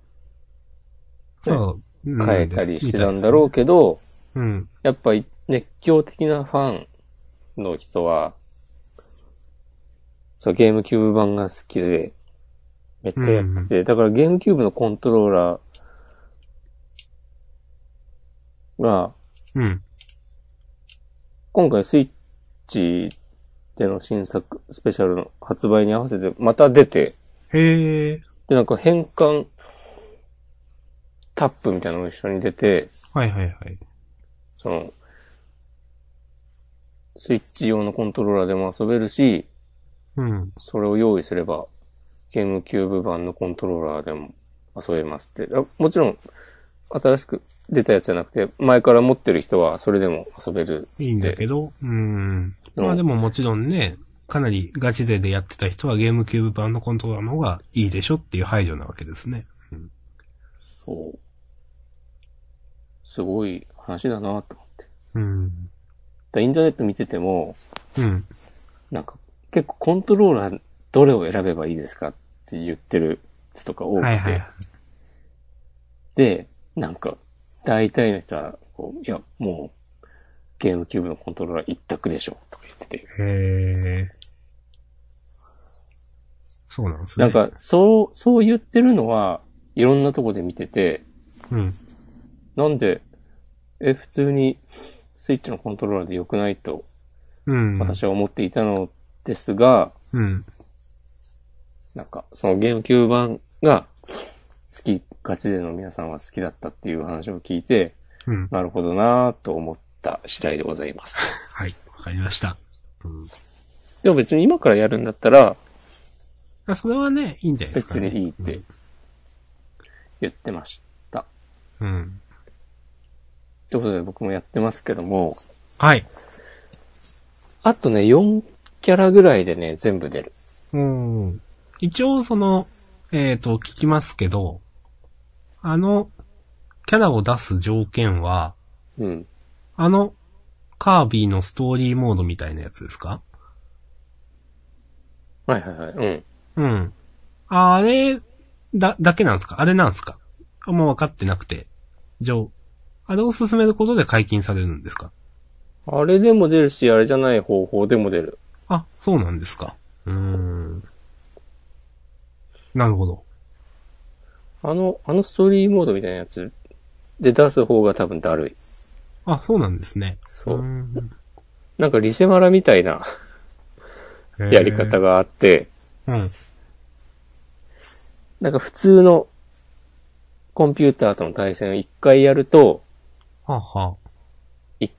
[SPEAKER 1] そううん。
[SPEAKER 2] 変えたりしてたんだろうけど、
[SPEAKER 1] うん。
[SPEAKER 2] やっぱり熱狂的なファンの人は、そう、ゲームキューブ版が好きで、めっちゃやってて、だからゲームキューブのコントローラーが、
[SPEAKER 1] うん。
[SPEAKER 2] 今回スイッチでの新作、スペシャルの発売に合わせてまた出て、
[SPEAKER 1] へえ。
[SPEAKER 2] で、なんか変換、タップみたいなのも一緒に出て、
[SPEAKER 1] はいはいはい。
[SPEAKER 2] その、スイッチ用のコントローラーでも遊べるし、
[SPEAKER 1] うん。
[SPEAKER 2] それを用意すれば、ゲームキューブ版のコントローラーでも遊べますって。あもちろん、新しく出たやつじゃなくて、前から持ってる人はそれでも遊べるって。
[SPEAKER 1] いいんだけど、うん。ま
[SPEAKER 2] う
[SPEAKER 1] あ
[SPEAKER 2] ん
[SPEAKER 1] でももちろんね、かなりガチ勢でやってた人はゲームキューブ版のコントローラーの方がいいでしょっていう排除なわけですね。
[SPEAKER 2] そう。すごい話だなと思って。だか
[SPEAKER 1] うん。
[SPEAKER 2] らインターネット見てても、
[SPEAKER 1] うん。
[SPEAKER 2] なんか、結構コントローラーどれを選べばいいですかって言ってる人とか多くて、
[SPEAKER 1] はいはい。
[SPEAKER 2] で、なんか、大体の人は、こういや、もう、ゲームキューブのコントローラー一択でしょ、とか言ってて。
[SPEAKER 1] へえ。そうなんですね。
[SPEAKER 2] なん、か、そう、そう言ってるのは、いろんなとこで見てて、
[SPEAKER 1] うん。
[SPEAKER 2] なんで、え、普通にスイッチのコントローラーで良くないと
[SPEAKER 1] うん。
[SPEAKER 2] 私は思っていたのですが、
[SPEAKER 1] うん。
[SPEAKER 2] なんか、そのゲームキューブ版が好き、ガチでの皆さんは好きだったっていう話を聞いて、
[SPEAKER 1] うん。
[SPEAKER 2] なるほどなぁと思った次第でございます。
[SPEAKER 1] はい。わかりました。うん。
[SPEAKER 2] でも別に今からやるんだったら、
[SPEAKER 1] あそれはね、いいんじゃないですか、
[SPEAKER 2] 別
[SPEAKER 1] ね。
[SPEAKER 2] にいいって言ってました。
[SPEAKER 1] うん。
[SPEAKER 2] ということで僕もやってますけども、
[SPEAKER 1] はい。
[SPEAKER 2] あとね、4キャラぐらいでね、全部出る。
[SPEAKER 1] うん。一応、その、えっ、と、聞きますけど、あの、キャラを出す条件は、
[SPEAKER 2] うん。
[SPEAKER 1] あの、カービィのストーリーモードみたいなやつですか
[SPEAKER 2] はいはいはい。うん。
[SPEAKER 1] うん。あれ、だ、だけなんですかあれなんですかあんま分かってなくて。じゃあ、あれを進めることで解禁されるんですか
[SPEAKER 2] あれでも出るし、あれじゃない方法でも出る。
[SPEAKER 1] あ、そうなんですか。うーん。なるほど。
[SPEAKER 2] あの、あのストーリーモードみたいなやつで出す方が多分だるい。
[SPEAKER 1] あ、そうなんですね。
[SPEAKER 2] そう
[SPEAKER 1] ーん。
[SPEAKER 2] なんかリセマラみたいな
[SPEAKER 1] へー
[SPEAKER 2] やり方。があって、
[SPEAKER 1] うん。
[SPEAKER 2] なんか普通のコンピューターとの対戦を一回やると、
[SPEAKER 1] はあ、は
[SPEAKER 2] 必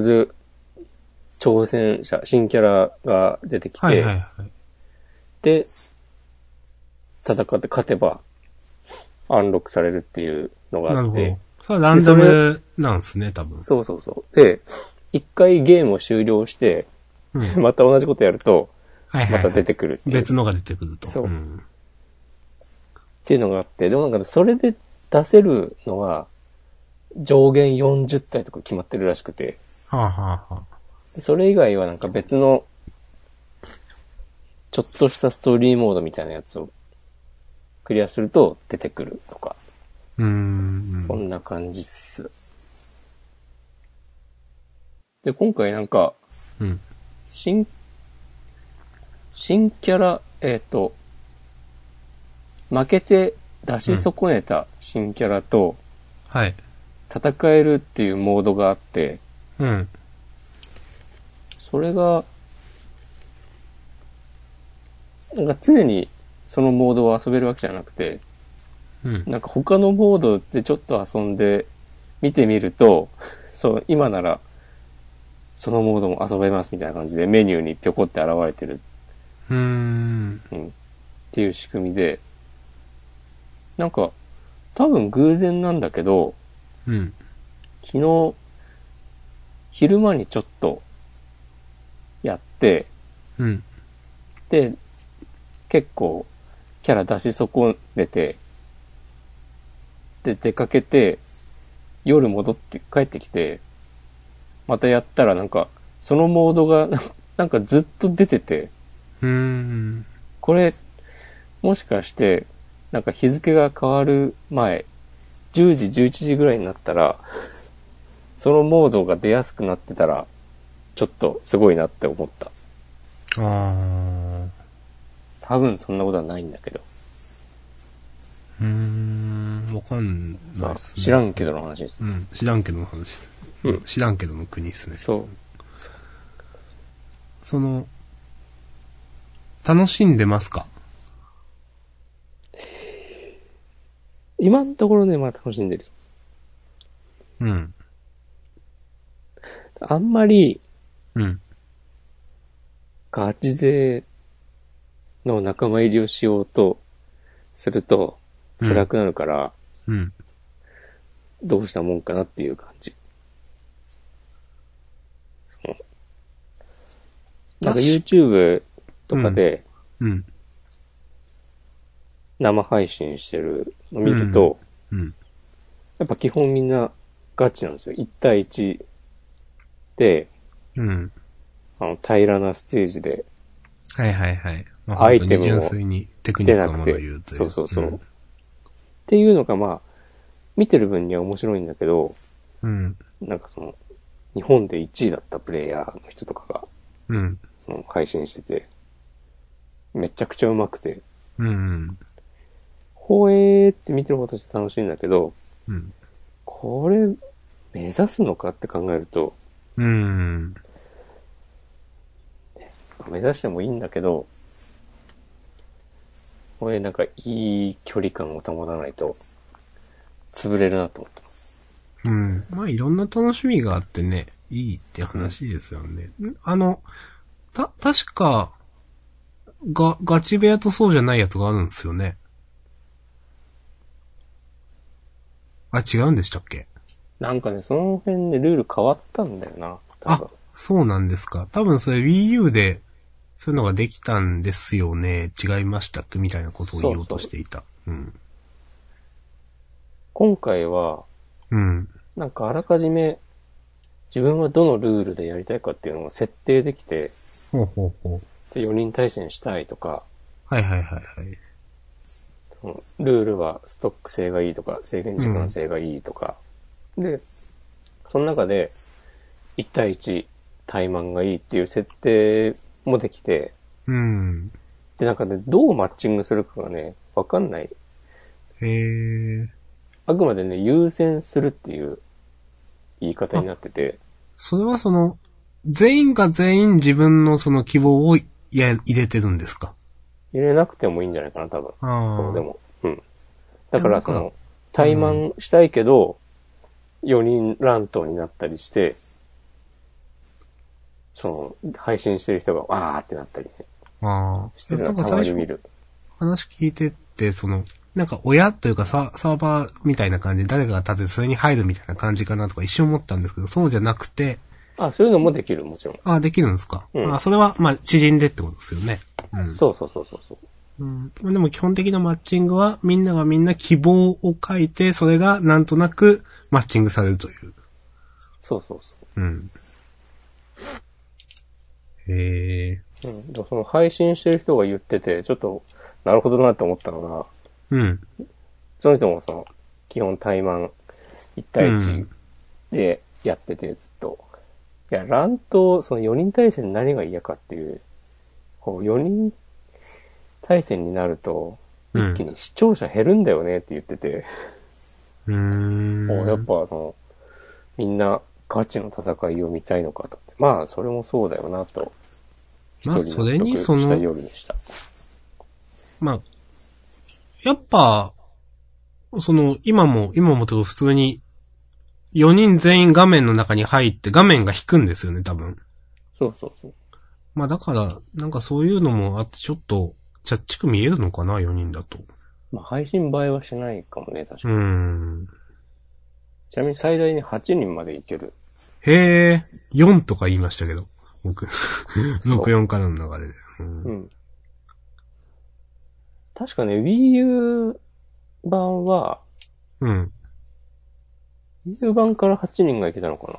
[SPEAKER 2] ず挑戦者、新キャラが出てきて、
[SPEAKER 1] あ、はいはいはい。
[SPEAKER 2] で、戦って勝てば、アンロックされるっていうのが
[SPEAKER 1] な
[SPEAKER 2] あ
[SPEAKER 1] る
[SPEAKER 2] っ
[SPEAKER 1] ほ
[SPEAKER 2] て
[SPEAKER 1] ど、。それはランダムなんですね、多分。
[SPEAKER 2] そうそうそう。で、一回ゲームを終了して、
[SPEAKER 1] うん。はい
[SPEAKER 2] また同じことやると、
[SPEAKER 1] はい、はい。
[SPEAKER 2] また出てくるっていう,、
[SPEAKER 1] 別のが出てくると。。
[SPEAKER 2] そうんっていうのがあって、でもなんかそれで出せるのは、上限40体とか決まってるらしくて、
[SPEAKER 1] はあ、はあはあ、
[SPEAKER 2] それ以外はなんか別の、ちょっとしたストーリーモードみたいなやつをクリアすると出てくるとか、
[SPEAKER 1] うーん。
[SPEAKER 2] こんな感じっす。で、今回なんか、
[SPEAKER 1] うん。
[SPEAKER 2] 新、新キャラ、えっ、と、負けて出し損ねた新キャラと
[SPEAKER 1] はい。
[SPEAKER 2] 戦えるっていうモードがあって、
[SPEAKER 1] うん。
[SPEAKER 2] それが、なんか常にそのモードを遊べるわけじゃなくて、
[SPEAKER 1] うん。
[SPEAKER 2] なんか他のモードでちょっと遊んで見てみると、そう、今ならそのモードも遊べますみたいな感じでメニューにぴょこって現れてる
[SPEAKER 1] うーん。
[SPEAKER 2] うんっていう仕組みで、なんか、多分偶然なんだけど、
[SPEAKER 1] うん。
[SPEAKER 2] 昨日、昼間にちょっと、やって、
[SPEAKER 1] うん。
[SPEAKER 2] で、結構、キャラ出し損ねて、で、出かけて、夜戻って帰ってきて、またやったらなんか、そのモードが、 なんかなんかずっと出てて、
[SPEAKER 1] うーん。
[SPEAKER 2] これ、もしかして、なんか日付が変わる前、10時、11時ぐらいになったら、そのモードが出やすくなってたら、ちょっとすごいなって思った。
[SPEAKER 1] あ
[SPEAKER 2] 多分そんなことはないんだけど。
[SPEAKER 1] ー。うーん。わかんないっすね。
[SPEAKER 2] 知らんけどの話です
[SPEAKER 1] う。ん。知らんけどの話です。
[SPEAKER 2] うん
[SPEAKER 1] 知らんけどの国っすね。
[SPEAKER 2] そう。
[SPEAKER 1] その、楽しんでますか
[SPEAKER 2] 今のところね、まあ楽しんでる。
[SPEAKER 1] うん。
[SPEAKER 2] あんまり、
[SPEAKER 1] うん。
[SPEAKER 2] ガチ勢の仲間入りをしようと、すると、辛くなるから、
[SPEAKER 1] うん。
[SPEAKER 2] どうしたもんかなっていう感じ。なんか YouTube とかで
[SPEAKER 1] うん。
[SPEAKER 2] 生配信してるの見ると、
[SPEAKER 1] うん。
[SPEAKER 2] やっぱ基本みんなガチなんですよ。1対1で、
[SPEAKER 1] うん。
[SPEAKER 2] あの、平らなステージで
[SPEAKER 1] はいはいはい。ま
[SPEAKER 2] アイテム
[SPEAKER 1] 本
[SPEAKER 2] も
[SPEAKER 1] 当に純粋にテクニ
[SPEAKER 2] 出
[SPEAKER 1] ック
[SPEAKER 2] な
[SPEAKER 1] のもの
[SPEAKER 2] くて
[SPEAKER 1] を言うとい。う。
[SPEAKER 2] そうそうそう。っ
[SPEAKER 1] ん
[SPEAKER 2] ていうのがまあ、見てる分には面白いんだけど、
[SPEAKER 1] うん。
[SPEAKER 2] なんかその、日本で1位だったプレイヤーの人とかが、
[SPEAKER 1] うん。
[SPEAKER 2] その配信してて、めちゃくちゃうまくて、
[SPEAKER 1] うん。
[SPEAKER 2] ほえーって見てる方として楽しいんだけど、
[SPEAKER 1] うん。
[SPEAKER 2] これ、目指すのかって考えると、
[SPEAKER 1] うん。
[SPEAKER 2] 目指してもいいんだけど、これなんかいい距離感を保たないと、潰れるなと思ってます。
[SPEAKER 1] うん。まあ、いろんな楽しみがあってね、いいって話ですよね。んあの、た、確か、が、ガチ部屋とそうじゃないやつがあるんですよね。あ、違うんでしたっけ
[SPEAKER 2] なんかね、その辺でルール変わったんだよな、多
[SPEAKER 1] あ
[SPEAKER 2] 分。、
[SPEAKER 1] そうなんですか。多分それ Wii U で、そういうのができたんですよね。違いましたっけみたいなことを言おうとしていた。うん。
[SPEAKER 2] 今回は、
[SPEAKER 1] うん。
[SPEAKER 2] なんかあらかじめ、自分はどのルールでやりたいかっていうのが設定できて、
[SPEAKER 1] ほうほうほう。
[SPEAKER 2] で4人対戦したいとか、
[SPEAKER 1] はいはいはいはい。
[SPEAKER 2] そのルールはストック性がいいとか、制限時間性がいいとか、で、その中で、1対1、対マンがいいっていう設定もできて、
[SPEAKER 1] うん。
[SPEAKER 2] で、なんかね、どうマッチングするかがね、わかんない。
[SPEAKER 1] へえ。
[SPEAKER 2] あくまでね、優先するっていう言い方になってて、
[SPEAKER 1] それはその、全員が全員自分のその希望をや入れてるんですか
[SPEAKER 2] 入れなくてもいいんじゃないかな、多分。
[SPEAKER 1] ああ。
[SPEAKER 2] そうでも。うん。だから、そ
[SPEAKER 1] いやなん
[SPEAKER 2] の、怠慢したいけど、4人乱闘になったりして、その、配信してる人が、わーってなったりね
[SPEAKER 1] あ
[SPEAKER 2] し
[SPEAKER 1] あ。
[SPEAKER 2] てる
[SPEAKER 1] な
[SPEAKER 2] の
[SPEAKER 1] んか
[SPEAKER 2] たま
[SPEAKER 1] 最
[SPEAKER 2] に見
[SPEAKER 1] 初
[SPEAKER 2] る。
[SPEAKER 1] 話聞いてって、その、なんか親というかササーバーみたいな感じで誰かが立ててそれに入るみたいな感じかなとか一瞬思ったんですけど、そうじゃなくて、
[SPEAKER 2] あ、そういうのもできる、もちろん。
[SPEAKER 1] ああ、できるんですか。
[SPEAKER 2] うん
[SPEAKER 1] ああそれは、まあ、縮んでってことですよね。
[SPEAKER 2] そうそうそうそうそう。
[SPEAKER 1] うん。でも基本的なマッチングは、みんながみんな希望を書いて、それがなんとなくマッチングされるという。
[SPEAKER 2] そうそうそ
[SPEAKER 1] うん。へえ。
[SPEAKER 2] う。うん。でもその配信してる人が言ってて、ちょっと、なるほどなって思ったのが、
[SPEAKER 1] うん。
[SPEAKER 2] その人もその、基本対マン1対1でやってて、ずっと。いや、乱闘、その4人対戦何が嫌かっていう、こう4人対戦になると、
[SPEAKER 1] うん
[SPEAKER 2] 一気に視聴者減るんだよねって言ってて、
[SPEAKER 1] う
[SPEAKER 2] もうやっ
[SPEAKER 1] ーん。
[SPEAKER 2] ぱその、みんなガチの戦いを見たいのかと思って。まあ、それもそうだよなと。
[SPEAKER 1] まあ
[SPEAKER 2] 一人
[SPEAKER 1] それに
[SPEAKER 2] 納得した
[SPEAKER 1] その
[SPEAKER 2] 夜でした。
[SPEAKER 1] まあ、やっぱ、その、今も、今もというか普通に、4人全員画面の中に入って画面が引くんですよね、多分。
[SPEAKER 2] そうそうそう。
[SPEAKER 1] まあだから、なんかそういうのもあって、ちょっと、ちゃっちく見えるのかな、4人だと。
[SPEAKER 2] まあ、配信映えはしないかもね、確か
[SPEAKER 1] う
[SPEAKER 2] に。
[SPEAKER 1] ーん。
[SPEAKER 2] ちなみに最大に8人までい ける
[SPEAKER 1] へえ、4とか言いましたけど、僕。64からの流れで。うん
[SPEAKER 2] うん。確かね、Wii U 版は、
[SPEAKER 1] うん。
[SPEAKER 2] Wii U 版から8人がいけたのかな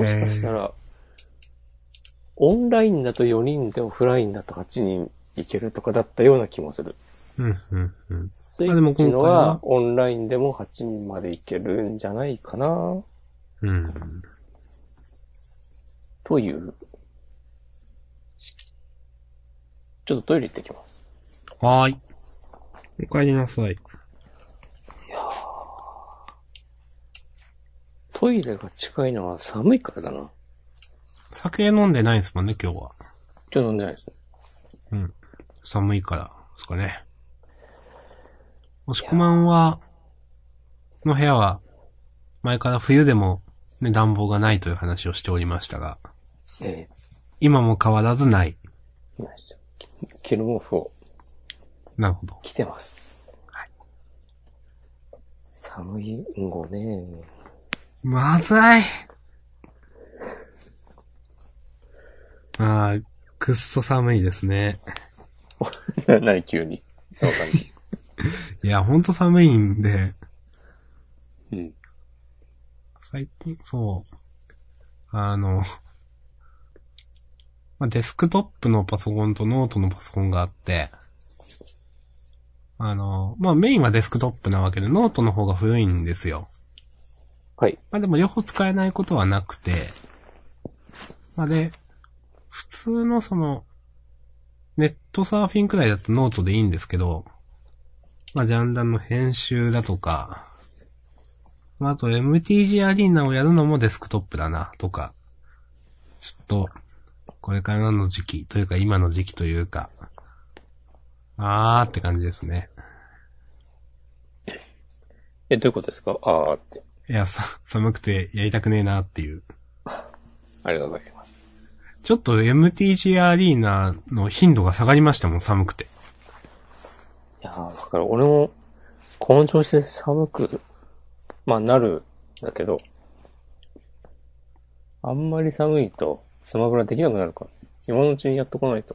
[SPEAKER 2] もしかしたら、オンラインだと4人でオフラインだと8人いけるとかだったような気もする。
[SPEAKER 1] うん、うん、うん。
[SPEAKER 2] スイ
[SPEAKER 1] あでも
[SPEAKER 2] ッチ
[SPEAKER 1] 今回
[SPEAKER 2] の
[SPEAKER 1] は
[SPEAKER 2] は、オンラインでも8人までいけるんじゃないかな
[SPEAKER 1] うん。
[SPEAKER 2] という。ちょっとトイレ行ってきます。
[SPEAKER 1] はーい。お帰りなさい。
[SPEAKER 2] トイレが近いのは寒いからだな。
[SPEAKER 1] 酒飲んでないですもんね、今日は。
[SPEAKER 2] ちょっと飲んでないですね。
[SPEAKER 1] うん。寒いから、ですかね。おしこまんは、の部屋は、前から冬でも、ね、暖房がないという話をしておりましたが、
[SPEAKER 2] ええ
[SPEAKER 1] 今も変わらずない。
[SPEAKER 2] いないですよ。着る毛布を
[SPEAKER 1] なるほど。
[SPEAKER 2] 着てます。はい。寒いんごね。
[SPEAKER 1] まずいあー、くっそ寒いですね。
[SPEAKER 2] 何急に。その感じ。
[SPEAKER 1] いや、ほんと寒いんで、
[SPEAKER 2] うん。
[SPEAKER 1] 最近、そう。あの、まあ、デスクトップのパソコンとノートのパソコンがあって、あの、まあ、メインはデスクトップなわけで、ノートの方が古いんですよ。
[SPEAKER 2] はい。
[SPEAKER 1] まあ、でも両方使えないことはなくて、まあ、で、普通のその、ネットサーフィンくらいだとノートでいいんですけど、まあ、ジャンダンの編集だとか、まあ、あと MTG アリーナをやるのもデスクトップだな、とか。ちょっと、これからの時期というか今の時期というか、あーって感じですね。
[SPEAKER 2] え、どういうことですかあーって。
[SPEAKER 1] いや、さ、 寒くてやりたくねえなっていう。
[SPEAKER 2] ありがとうございます。
[SPEAKER 1] ちょっと MTG アリーナの頻度が下がりましたもん、寒くて。
[SPEAKER 2] いやー、だから俺も、この調子で寒く、まあなるんだけど、あんまり寒いとスマブラできなくなるから、今のうちにやっとかないと。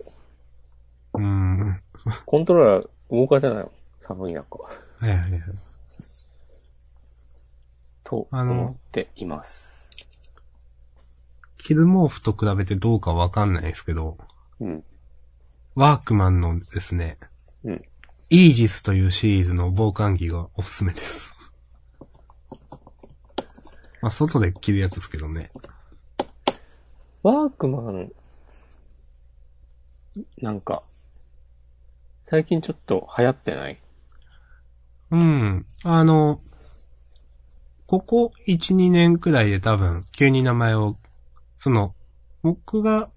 [SPEAKER 1] うーん。
[SPEAKER 2] コントローラー動かせないの。寒い中。
[SPEAKER 1] はいはいはい。
[SPEAKER 2] と
[SPEAKER 1] あの
[SPEAKER 2] 思っています。
[SPEAKER 1] キルモーフと比べてどうかわかんないですけど、
[SPEAKER 2] うん。
[SPEAKER 1] ワークマンのですね、
[SPEAKER 2] うん。
[SPEAKER 1] イージスというシリーズの防寒着がおすすめです。まあ、外で着るやつですけどね。
[SPEAKER 2] ワークマン、なんか、最近ちょっと流行ってない
[SPEAKER 1] うん。あの、ここ1、2年くらいで多分、急に名前を、その、僕が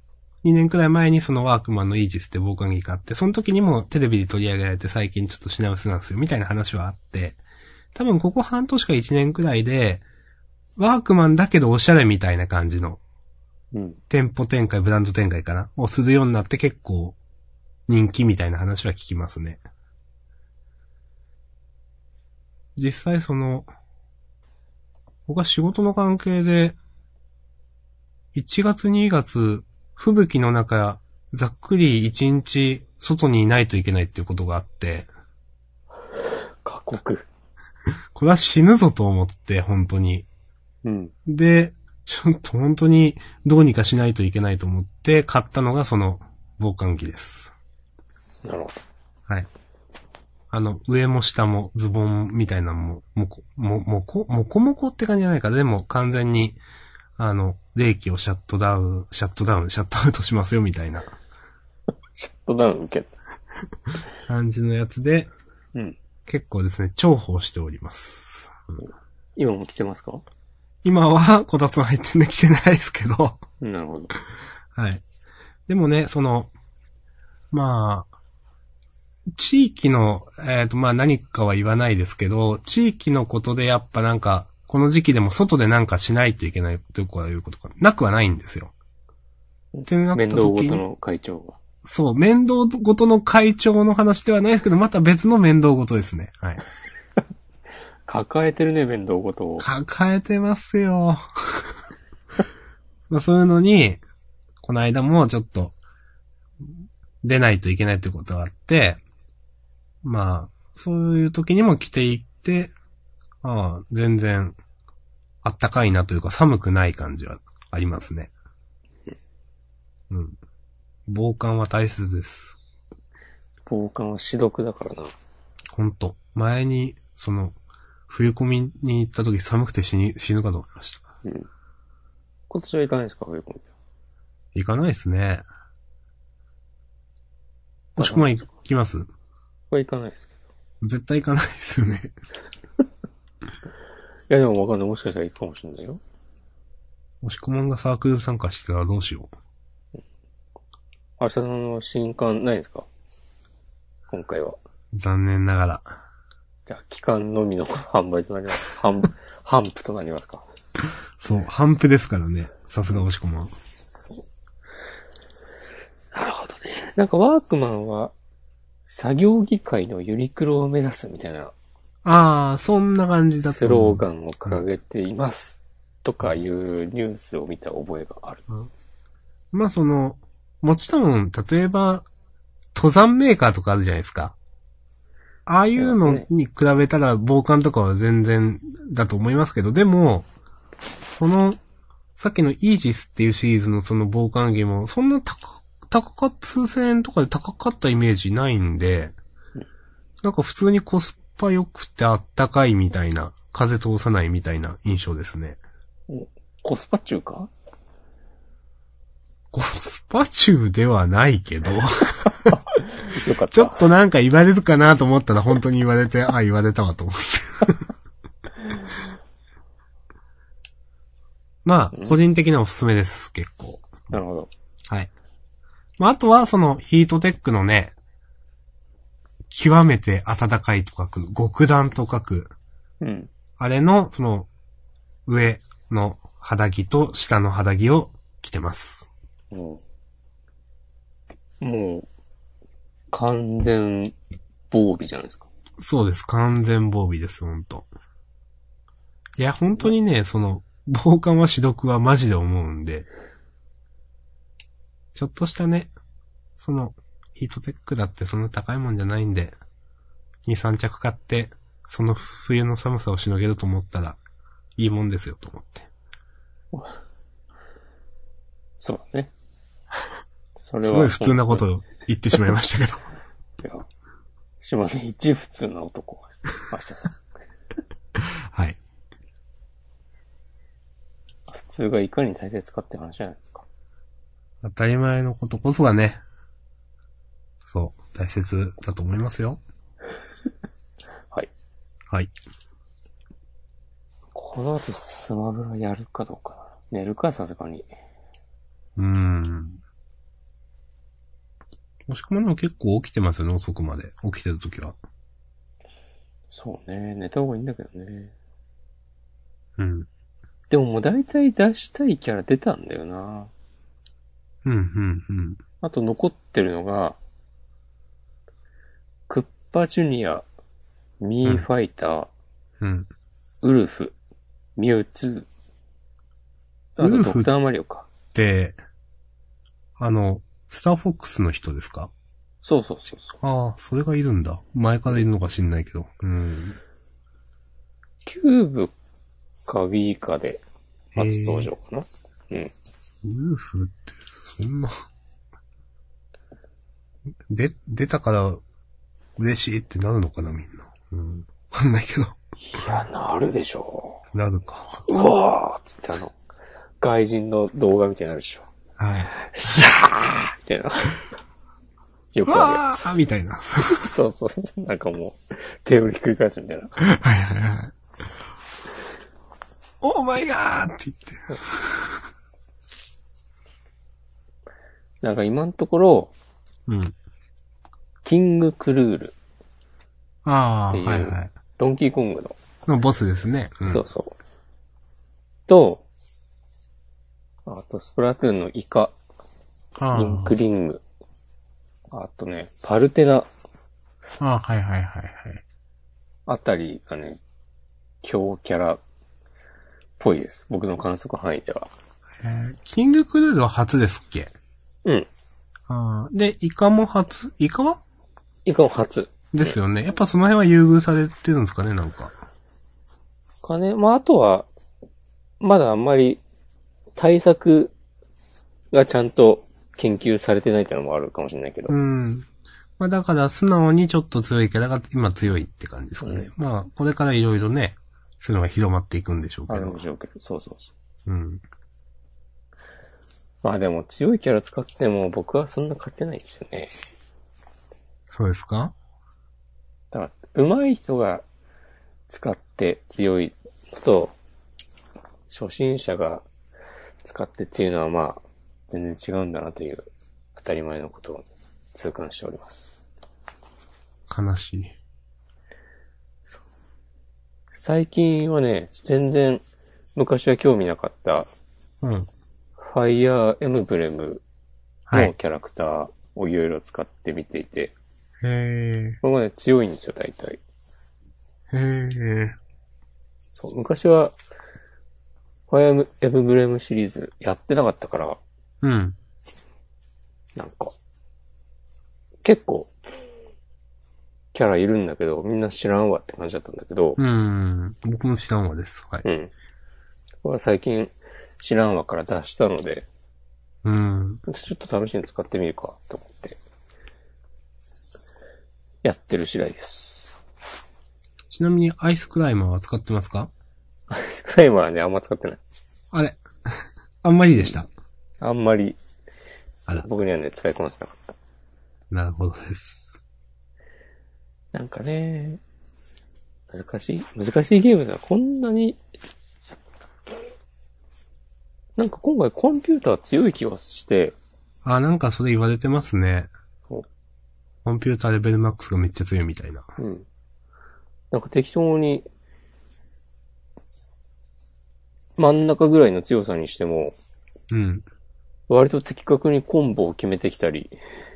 [SPEAKER 1] 2年くらい前にそのワークマンのイージスって防寒着買って、その時にもテレビで取り上げられて最近ちょっと品薄なんですよ、みたいな話はあって、多分ここ半年か1年くらいで、ワークマンだけどおしゃれみたいな感じの
[SPEAKER 2] うん。
[SPEAKER 1] 店舗展開、ブランド展開かなをするようになって結構人気みたいな話は聞きますね。実際その、僕は仕事の関係で、1月2月、吹雪の中、ざっくり1日外にいないといけないっていうことがあって、
[SPEAKER 2] 過酷。
[SPEAKER 1] これは死ぬぞと思って、本当に。
[SPEAKER 2] うん。
[SPEAKER 1] で、ちょっと本当にどうにかしないといけないと思って買ったのがその防寒着です。
[SPEAKER 2] なるほど。
[SPEAKER 1] はい。あの、上も下もズボンみたいなのも、もこ、も、もこ、もこもこって感じじゃないか。でも完全に、あの、冷気をシャットダウン、シャットダウン、シャットアウトしますよみたいな
[SPEAKER 2] シャットダウン受けた。
[SPEAKER 1] 感じのやつで、
[SPEAKER 2] うん。
[SPEAKER 1] 結構ですね、重宝しております。
[SPEAKER 2] 今も着てますか
[SPEAKER 1] 今は、こたつの入ってんで着てないですけど、
[SPEAKER 2] なるほど。
[SPEAKER 1] はい。でもね、その、まあ、地域の、えっ、と、まあ何かは言わないですけど、地域のことでやっぱなんか、この時期でも外でなんかしないといけないとかいうことがなくはないんですよ。ってなった
[SPEAKER 2] 面倒ご
[SPEAKER 1] 時
[SPEAKER 2] と
[SPEAKER 1] に、
[SPEAKER 2] の会長が。
[SPEAKER 1] そう、面倒ごとの会長の話ではないですけど、また別の面倒ごとですね。はい。
[SPEAKER 2] 抱えてるね、面倒ごとを。
[SPEAKER 1] 抱えてますよ。 まあそういうのに、この間もちょっと、出ないといけないってことがあって、まあ、そういう時にも着ていって、ああ、全然、あったかいなというか寒くない感じはありますね。うん。防寒は大切です。
[SPEAKER 2] 防寒は死毒だからな。
[SPEAKER 1] ほんと。前に、その、冬込みに行った時寒くて死に、死ぬかと思いました。
[SPEAKER 2] うん。今年はいかないですか、冬コミ。
[SPEAKER 1] 行かないですね。もしく
[SPEAKER 2] あ
[SPEAKER 1] は
[SPEAKER 2] なん
[SPEAKER 1] 行きます
[SPEAKER 2] これいかないですけ
[SPEAKER 1] 絶対行かないですよね。
[SPEAKER 2] ど。いや、でもわかんない。もしかしたら行くかもしれないよ。
[SPEAKER 1] もしこもんがサークル参加してたらどうしよう。
[SPEAKER 2] 明日さんの新刊ないんですか今回は。
[SPEAKER 1] 残念ながら。
[SPEAKER 2] じゃあ、期間のみの販売となります。販、販布となりますか。
[SPEAKER 1] そう、半布ですからね。さすが押し込まん。
[SPEAKER 2] なるほどね。なんかワークマンは、作業議会のユニクロを目指すみたいな
[SPEAKER 1] あー、そんな感じだ
[SPEAKER 2] スローガ
[SPEAKER 1] ン。
[SPEAKER 2] ンを掲げています。とかいうニュースを見た覚えがある。
[SPEAKER 1] まあその、もちろん、例えば、登山メーカーとかあるじゃないですか。ああいうのに比べたら防寒とかは全然だと思いますけど、でも、その、さっきのイージスっていうシリーズのその防寒着も、そんな高、高かった、数千円とかで高かったイメージないんで、なんか普通にコスパ良くてあったかいみたいな、風通さないみたいな印象ですね。
[SPEAKER 2] コスパ中か
[SPEAKER 1] コスパ中ではないけど、
[SPEAKER 2] よかった。
[SPEAKER 1] ちょっとなんか言われるかなと思ったら本当に言われて、あ、言われたわと思って。 まあ、個人的なおすすめです、結構。
[SPEAKER 2] なるほど。
[SPEAKER 1] はい。まあ、あとは、その、ヒートテックのね、極めて暖かいと書く、極暖と書く、
[SPEAKER 2] うん。
[SPEAKER 1] あれの、その、上の肌着と下の肌着を着てます。
[SPEAKER 2] もう、もう、完全防備じゃないですか。
[SPEAKER 1] そうです。完全防備です、ほんと。いや、本当にね、その、防寒は死毒はマジで思うんで、ちょっとしたね、その、ヒートテックだってそんな高いもんじゃないんで、2、3着買って、その冬の寒さをしのげると思ったら、いいもんですよ、と思って。
[SPEAKER 2] そうだね。それ
[SPEAKER 1] す
[SPEAKER 2] は。
[SPEAKER 1] ごい普通なことを言ってしまいました けど。
[SPEAKER 2] いや。すいません、一普通 な男。明日さん。
[SPEAKER 1] はい。
[SPEAKER 2] 普通がいかに大切かって話じゃないですか。
[SPEAKER 1] 当たり前のことこそがね、そう、大切だと思いますよ。
[SPEAKER 2] はい。
[SPEAKER 1] はい。
[SPEAKER 2] この後スマブラやるかどうかな。寝るか、さすがに。
[SPEAKER 1] うーん。もしくもでも結構起きてますよね、遅くまで。起きてるときは。
[SPEAKER 2] そうね、寝た方がいいんだけどね。
[SPEAKER 1] うん。
[SPEAKER 2] でももう大体出したいキャラ出たんだよな。
[SPEAKER 1] うん、うん、うん。
[SPEAKER 2] あと残ってるのが、クッパジュニア、ミーファイター、
[SPEAKER 1] うん。
[SPEAKER 2] ウルフ、ミュウツー、あ
[SPEAKER 1] ウ
[SPEAKER 2] と
[SPEAKER 1] ルフ
[SPEAKER 2] ドクターマリオか。
[SPEAKER 1] で、あの、スターフォックスの人ですか
[SPEAKER 2] そうそうそうそう。
[SPEAKER 1] ああ、それがいるんだ。前からいるのか知んないけど。うん。
[SPEAKER 2] キューブかウィーかで初登場かな。
[SPEAKER 1] ウルフって、そんな。 で、出たから、嬉しいってなるのかな、みんな。うん。わかんないけど。
[SPEAKER 2] いや、なるでしょ
[SPEAKER 1] なるか。
[SPEAKER 2] う。うわーっつってあの、外人の動画みたいになるでしょ。
[SPEAKER 1] はい。
[SPEAKER 2] シャーみたいな。よくあ
[SPEAKER 1] わあみたいな。
[SPEAKER 2] る。そうそうそう。なんかもう、テーブルひっくり返すみたいな。
[SPEAKER 1] オーマイガーって言って。
[SPEAKER 2] なんか今のところ、
[SPEAKER 1] うん。
[SPEAKER 2] キングクルール、
[SPEAKER 1] ああ、
[SPEAKER 2] っていう
[SPEAKER 1] はいはい。
[SPEAKER 2] ドンキーコングの、
[SPEAKER 1] のボスですね。うん、
[SPEAKER 2] そうそう。と、あと、スプラトゥーンのイカ、
[SPEAKER 1] あ
[SPEAKER 2] イン
[SPEAKER 1] ー
[SPEAKER 2] クリング、あとね、パルテナ
[SPEAKER 1] あー、はいはいはいはい。
[SPEAKER 2] あたりがね、強キャラっぽいです。僕の観測範囲では。
[SPEAKER 1] えーキングクルールは初ですっけ
[SPEAKER 2] うん。
[SPEAKER 1] あーで、イカも初イカは
[SPEAKER 2] イカも初。
[SPEAKER 1] ですよね。やっぱその辺は優遇されてるんですかね、なんか。
[SPEAKER 2] かね。まあ、あとは、まだあんまり対策がちゃんと研究されてないっていうのもあるかもしれないけど。
[SPEAKER 1] うん。まあだから素直にちょっと強いキャラが今強いって感じですかね。まあ、これからいろいろね、そういうのが広まっていくんでしょう
[SPEAKER 2] あ
[SPEAKER 1] け
[SPEAKER 2] るん
[SPEAKER 1] ど
[SPEAKER 2] で。しょうけど。そうそうそう。
[SPEAKER 1] うん。
[SPEAKER 2] まあでも強いキャラ使っても僕はそんな勝てないんですよね。
[SPEAKER 1] そうですか
[SPEAKER 2] だから、上手い人が使って強いのと、初心者が使ってっていうのはまあ、全然違うんだなという当たり前のことをね、痛感しております。
[SPEAKER 1] 悲しい。
[SPEAKER 2] 最近はね、全然昔は興味なかった
[SPEAKER 1] うん。
[SPEAKER 2] ファイヤーエムブレム
[SPEAKER 1] は
[SPEAKER 2] の
[SPEAKER 1] い。
[SPEAKER 2] キャラクターをいろいろ使ってみていて、
[SPEAKER 1] へ
[SPEAKER 2] これまで強いんですよ、大体。
[SPEAKER 1] え。へえ。
[SPEAKER 2] そう昔は、ファイヤーエムブレムシリーズやってなかったから、
[SPEAKER 1] うん。
[SPEAKER 2] なんか、結構、キャラいるんだけど、みんな知らんわって感じだったんだけど、
[SPEAKER 1] うん。僕も知らんわです。はい。
[SPEAKER 2] うん。これは最近、知らんわから出したので、
[SPEAKER 1] うん。
[SPEAKER 2] ちょっと試しに使ってみるかと思って、やってる次第です。
[SPEAKER 1] ちなみにアイスクライマーは使ってますか
[SPEAKER 2] スクライマーはね、あんま使ってない。
[SPEAKER 1] あれ。 あんまりでした。
[SPEAKER 2] あんまり、
[SPEAKER 1] あら。
[SPEAKER 2] 僕にはね、使いこなせなかった。
[SPEAKER 1] なるほどです。
[SPEAKER 2] なんかね、難しい、難しいゲームだ。こんなに、なんか今回コンピューター強い気がして、
[SPEAKER 1] あ、なんかそれ言われてますね。
[SPEAKER 2] そう
[SPEAKER 1] コンピューターレベルマックスがめっちゃ強いみたいな。
[SPEAKER 2] うん。なんか適当に、真ん中ぐらいの強さにしても、
[SPEAKER 1] うん。
[SPEAKER 2] 割と的確にコンボを決めてきたり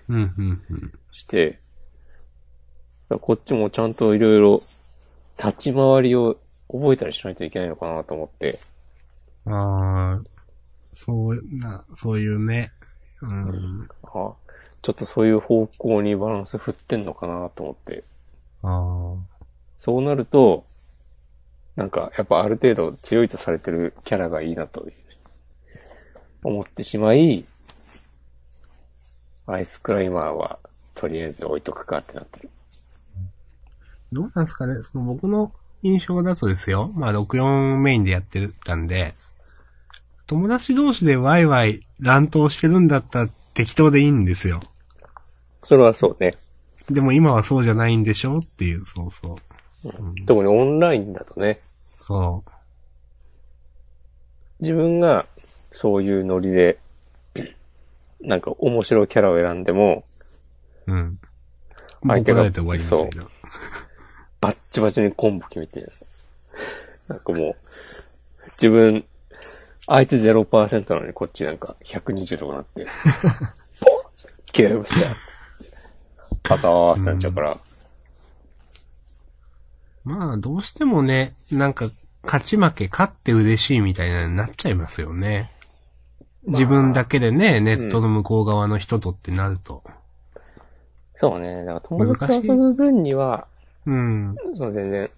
[SPEAKER 1] うん、うん、うん。
[SPEAKER 2] して、こっちもちゃんといろいろ立ち回りを覚えたりしないといけないのかなと思って。
[SPEAKER 1] ああ、そう、な、そういうね。うん。
[SPEAKER 2] あちょっとそういう方向にバランス振ってんのかなと思って。
[SPEAKER 1] あ
[SPEAKER 2] そうなると、なんかやっぱある程度強いとされてるキャラがいいなという、思ってしまい、アイスクライマーはとりあえず置いとくかってなってる。
[SPEAKER 1] あ。どうなんですかねその僕の印象だとですよ。まあ、64メインでやってるたんで、友達同士でワイワイ乱闘してるんだったら適当でいいんですよ。
[SPEAKER 2] それはそうね。
[SPEAKER 1] でも今はそうじゃないんでしょっていう、そうそう。
[SPEAKER 2] 特にオンラインだとね、
[SPEAKER 1] そう。
[SPEAKER 2] 自分がそういうノリで、なんか面白いキャラを選んでも、
[SPEAKER 1] うん。
[SPEAKER 2] 相手
[SPEAKER 1] 怒
[SPEAKER 2] が
[SPEAKER 1] られて終わりみたいな。
[SPEAKER 2] バッチバチにコンボ決めてる。なんかもう、自分、相手0%なのにこっちなんか120とかなって、ポンッゲームしたっつってパターンってなっちゃうから、
[SPEAKER 1] まあ、どうしてもね、なんか、勝ち負け勝って嬉しいみたいなのになっちゃいますよね。自分だけでね、ネットの向こう側の人とってなると。
[SPEAKER 2] そうね、だから友達と遊ぶ分には、
[SPEAKER 1] うん。
[SPEAKER 2] その全然、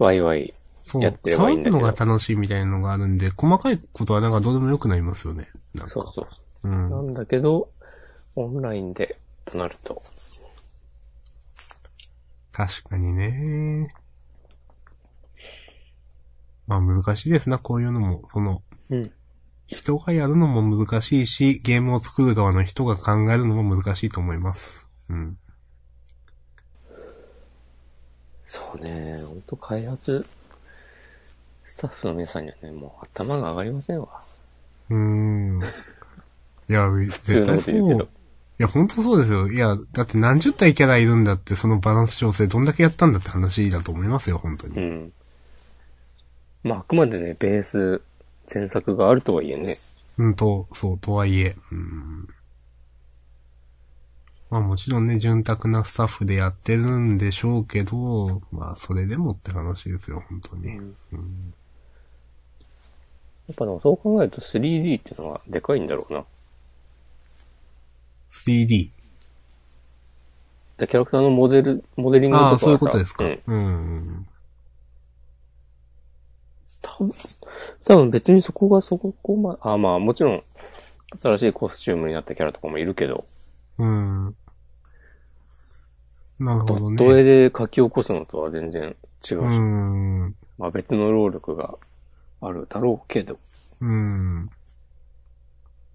[SPEAKER 2] ワイワイ、
[SPEAKER 1] そう。
[SPEAKER 2] やってればいいん
[SPEAKER 1] 騒
[SPEAKER 2] だけ
[SPEAKER 1] ぐ
[SPEAKER 2] ど
[SPEAKER 1] のが楽しいみたいなのがあるんで、細かいことはなんかどうでもよくなりますよね。なんか。
[SPEAKER 2] そうそ
[SPEAKER 1] う
[SPEAKER 2] う。
[SPEAKER 1] ん。
[SPEAKER 2] なんだけど、オンラインで、となると、
[SPEAKER 1] 確かにね。まあ難しいですな、こういうのも。その、
[SPEAKER 2] うん。
[SPEAKER 1] 人がやるのも難しいし、ゲームを作る側の人が考えるのも難しいと思います。うん。
[SPEAKER 2] そうね、ほんと開発、スタッフの皆さんにはね、もう頭が上がりませんわ。
[SPEAKER 1] うーん。いや、
[SPEAKER 2] 普
[SPEAKER 1] 絶
[SPEAKER 2] 通の
[SPEAKER 1] 対
[SPEAKER 2] こと
[SPEAKER 1] そう。
[SPEAKER 2] 言うけど
[SPEAKER 1] い。や、ほんとそうですよ。いや、だって何十体キャラいるんだって、そのバランス調整どんだけやったんだって話だと思いますよ、本当
[SPEAKER 2] う
[SPEAKER 1] に。
[SPEAKER 2] ん。まあ、あくまでね、ベース、前作があるとはいえね。
[SPEAKER 1] うん、と、そう、とはいえ。うん。まあもちろんね、潤沢なスタッフでやってるんでしょうけど、まあそれでもって話ですよ、本当に。
[SPEAKER 2] やっぱでもそう考えると 3D ってのはでかいんだろうな。
[SPEAKER 1] 3D。
[SPEAKER 2] でキャラクターのモデル、モデリングとか
[SPEAKER 1] あ
[SPEAKER 2] は
[SPEAKER 1] あ、
[SPEAKER 2] さ
[SPEAKER 1] そういうことですか。
[SPEAKER 2] うん。
[SPEAKER 1] うん。
[SPEAKER 2] 多分、多分別にそこがそこまで、あまあもちろん、新しいコスチュームになったキャラとかもいるけど、
[SPEAKER 1] うん。なる
[SPEAKER 2] ド
[SPEAKER 1] ほど
[SPEAKER 2] ッ
[SPEAKER 1] ね。
[SPEAKER 2] ト絵で書き起こすのとは全然違
[SPEAKER 1] う
[SPEAKER 2] うし、
[SPEAKER 1] ん。
[SPEAKER 2] まあ別の労力があるだろうけど、
[SPEAKER 1] うん。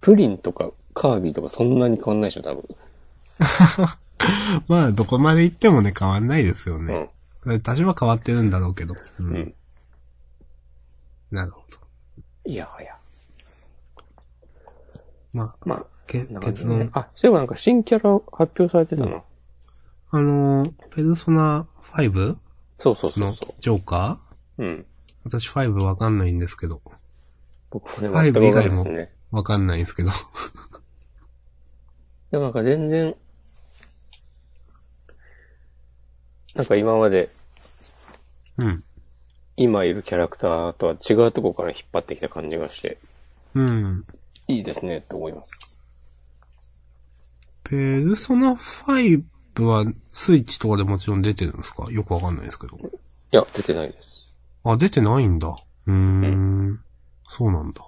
[SPEAKER 2] プリンとかカービィとかそんなに変わんないでしょ、多分。
[SPEAKER 1] まあ、どこまで行ってもね、変わんないですよ
[SPEAKER 2] う
[SPEAKER 1] ね。
[SPEAKER 2] ん。
[SPEAKER 1] 多少は変わってるんだろうけど。う。
[SPEAKER 2] うんん。
[SPEAKER 1] なるほど。
[SPEAKER 2] いやはや。
[SPEAKER 1] ま
[SPEAKER 2] まあ、
[SPEAKER 1] あ、け
[SPEAKER 2] なんかね
[SPEAKER 1] 結論。
[SPEAKER 2] あ、そういえばなんか新キャラ発表されてたな。
[SPEAKER 1] あのー、ペルソナ 5?
[SPEAKER 2] そうそうそう
[SPEAKER 1] の
[SPEAKER 2] そ
[SPEAKER 1] ジョーカー
[SPEAKER 2] う。うん。
[SPEAKER 1] 私5わかんないんですけど。
[SPEAKER 2] 僕もね、全くわかりますね。
[SPEAKER 1] わかんないんですけど。
[SPEAKER 2] でもなんか全然、なんか今まで、
[SPEAKER 1] うん。
[SPEAKER 2] 今いるキャラクターとは違うとこから引っ張ってきた感じがして、
[SPEAKER 1] うん。
[SPEAKER 2] いいですね、と思います。
[SPEAKER 1] ペルソナ5はスイッチとかでもちろん出てるんですかよくわかんないですけど。
[SPEAKER 2] いや、出てないです。
[SPEAKER 1] あ、出てないんだ。うーん。そうなんだ。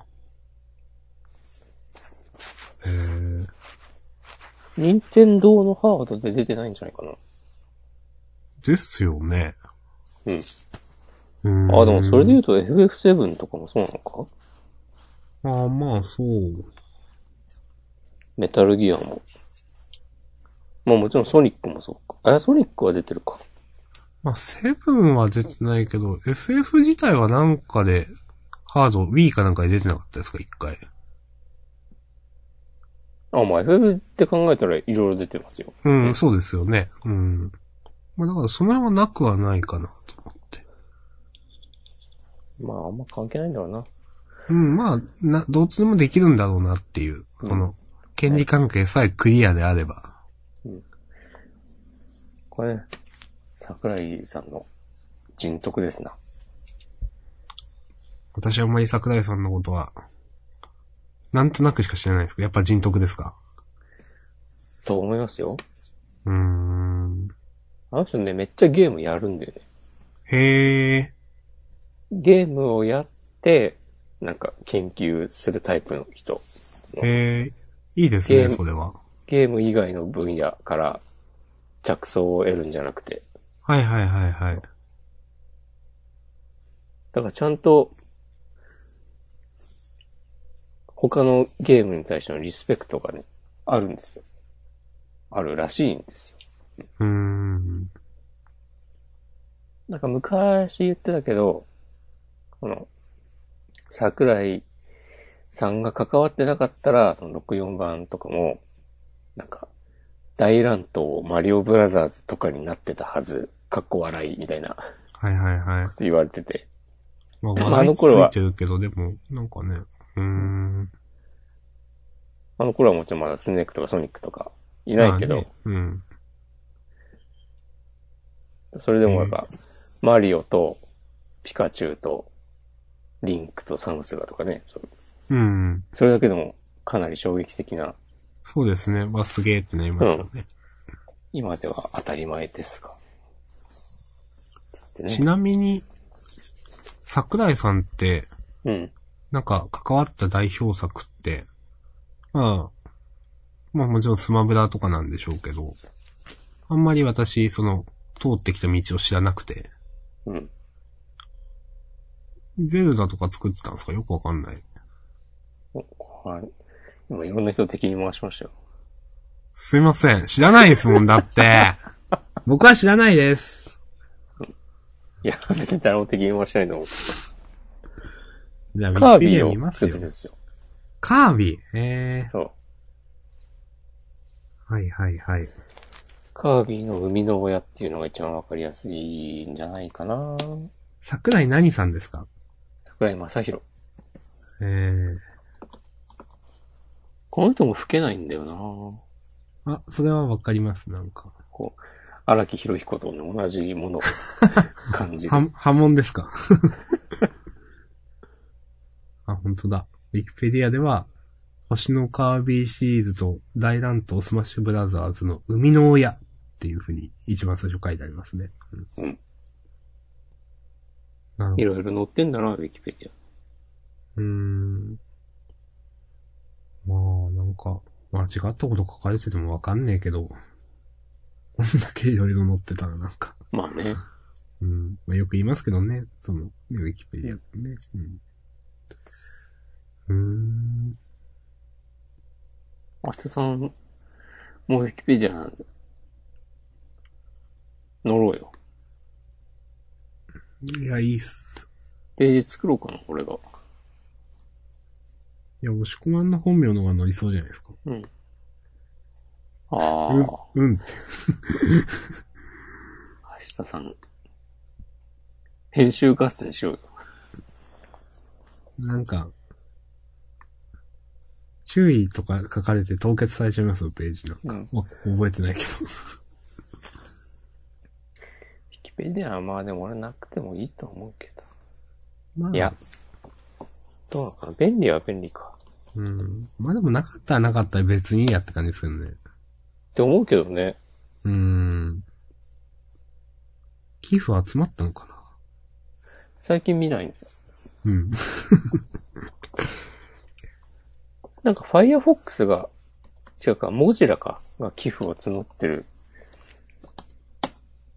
[SPEAKER 1] へー。
[SPEAKER 2] 任天堂のハードで出てないんじゃないかな。
[SPEAKER 1] ですよね。
[SPEAKER 2] うん。
[SPEAKER 1] うーん
[SPEAKER 2] あ、でもそれで言うと FF7 とかもそうなのか
[SPEAKER 1] あ、まあ、そう。
[SPEAKER 2] メタルギアも。まあもちろんソニックもそうか。あ、ソニックは出てるか。
[SPEAKER 1] まあ、セブンは出てないけど、FF 自体はなんかで、カード、Wii かなんかで出てなかったですか、一回。
[SPEAKER 2] あ、まあ FF って考えたらいろいろ出てますよ。
[SPEAKER 1] うん、そうですよね。うん。まあだからその辺はなくはないかなと思って。
[SPEAKER 2] まああんま関係ないんだろうな。
[SPEAKER 1] うん、まあ、な、どっちでもできるんだろうなっていう、
[SPEAKER 2] うん
[SPEAKER 1] この、権利関係さえクリアであれば。
[SPEAKER 2] これ、桜井さんの人徳ですな。
[SPEAKER 1] 私はあんまり桜井さんのことは、なんとなくしか知らないですけど、やっぱ人徳ですか
[SPEAKER 2] と思いますよ。
[SPEAKER 1] うーん。
[SPEAKER 2] あの人ね、めっちゃゲームやるんだよね。
[SPEAKER 1] へえ。
[SPEAKER 2] ゲームをやって、なんか研究するタイプの人。
[SPEAKER 1] へえ。いいです
[SPEAKER 2] ゲ
[SPEAKER 1] ね、
[SPEAKER 2] ーム
[SPEAKER 1] それは。
[SPEAKER 2] ゲーム以外の分野から着想を得るんじゃなくて。
[SPEAKER 1] はいはいはいはい。
[SPEAKER 2] だからちゃんと、他のゲームに対してのリスペクトがね、あるんですよ。あるらしいんですよ。
[SPEAKER 1] うーん。
[SPEAKER 2] なんか昔言ってたけど、この、桜井さんが関わってなかったら、その64番とかも、なんか、大乱闘マリオブラザーズとかになってたはず、かっこ笑いみたいなこ
[SPEAKER 1] はいはいはい。
[SPEAKER 2] と言われてて。
[SPEAKER 1] まあ、
[SPEAKER 2] あの
[SPEAKER 1] 話題つ
[SPEAKER 2] 頃はい
[SPEAKER 1] てるけど、でも、なんかね、うーん。
[SPEAKER 2] あの頃はもちろんまだスネークとかソニックとかいないけど、
[SPEAKER 1] まあねうん。
[SPEAKER 2] それでもやっぱ、マリオとピカチュウとリンクとサムスがとかね、そう
[SPEAKER 1] うん。
[SPEAKER 2] それだけでもかなり衝撃的な、
[SPEAKER 1] そうですね。まあ、すげえってなりますよね。
[SPEAKER 2] 今では当たり前ですが。つってね
[SPEAKER 1] ち。なみに、桜井さんって、
[SPEAKER 2] うん。
[SPEAKER 1] なんか関わった代表作って、まあ、まあもちろんスマブラとかなんでしょうけど、あんまり私、その、通ってきた道を知らなくて、
[SPEAKER 2] うん。
[SPEAKER 1] ゼルダとか作ってたんですかよくわかんない。
[SPEAKER 2] おこれ今いろんな人を敵に回しましたよ。
[SPEAKER 1] すいません。知らないですもん、だって。 僕は知らないです。
[SPEAKER 2] いや、別に誰も敵に回してないと思う。
[SPEAKER 1] じゃあ、
[SPEAKER 2] カー
[SPEAKER 1] ビ
[SPEAKER 2] ビ
[SPEAKER 1] ー
[SPEAKER 2] ィ
[SPEAKER 1] 見ま
[SPEAKER 2] を
[SPEAKER 1] す
[SPEAKER 2] 作っ
[SPEAKER 1] よ
[SPEAKER 2] てたん。ですよ。
[SPEAKER 1] カービィ。え
[SPEAKER 2] そう。
[SPEAKER 1] ー。はいはいはい。
[SPEAKER 2] カービィの生みの親っていうのが一番わかりやすいんじゃないかな
[SPEAKER 1] 桜井何さんですか
[SPEAKER 2] 桜井正宏。
[SPEAKER 1] えー。
[SPEAKER 2] この人も老けないんだよな
[SPEAKER 1] あ、それはわかります、なんか。
[SPEAKER 2] こう、荒木博彦とね同じ ものを感じる。
[SPEAKER 1] は、波紋ですか あ、本当だ。ウィキペディアでは、星のカービィシリーズと大乱闘スマッシュブラザーズの生みの親っていうふうに一番最初書いてありますね。う
[SPEAKER 2] うん。
[SPEAKER 1] なるほ
[SPEAKER 2] い
[SPEAKER 1] ど。
[SPEAKER 2] ろいろ載ってんだな、ウィキペディア。
[SPEAKER 1] うーん。まあ、なんか、間違ったこと書かれててもわかんねえけど、こんだけいろいろ載ってたらなんか。
[SPEAKER 2] まあね。
[SPEAKER 1] うん。まあ、よく言いますけどね。その、ねウィキペディアってね。うん。うーん。
[SPEAKER 2] 明日さん、もうウィキペディアなんだ。載ろうよ。
[SPEAKER 1] いや、いいっす。
[SPEAKER 2] ページ作ろうかな、俺が。
[SPEAKER 1] いや、押し込まんの本名の方が乗りそうじゃないですか。
[SPEAKER 2] うん。ああ、
[SPEAKER 1] う
[SPEAKER 2] 明
[SPEAKER 1] ん、うんって。
[SPEAKER 2] 日さん、編集合戦しようよ。
[SPEAKER 1] なんか、注意とか書かれて凍結されちゃいますよ、ページなんか。
[SPEAKER 2] うん
[SPEAKER 1] わ覚えてないけど。
[SPEAKER 2] ウィキペディアはまあでも俺なくてもいいと思うけ
[SPEAKER 1] まあ、
[SPEAKER 2] ど。いや。、どうなのかな便利は便利か。
[SPEAKER 1] うん。まあでもなかったらなかったら別にいいやって感じですけどね。
[SPEAKER 2] って思うけどね。
[SPEAKER 1] うーん。寄付集まったのかな
[SPEAKER 2] 最近見ないんだよ。
[SPEAKER 1] うん。
[SPEAKER 2] なんか Firefox が、違うか、モジラか、が寄付を募ってる。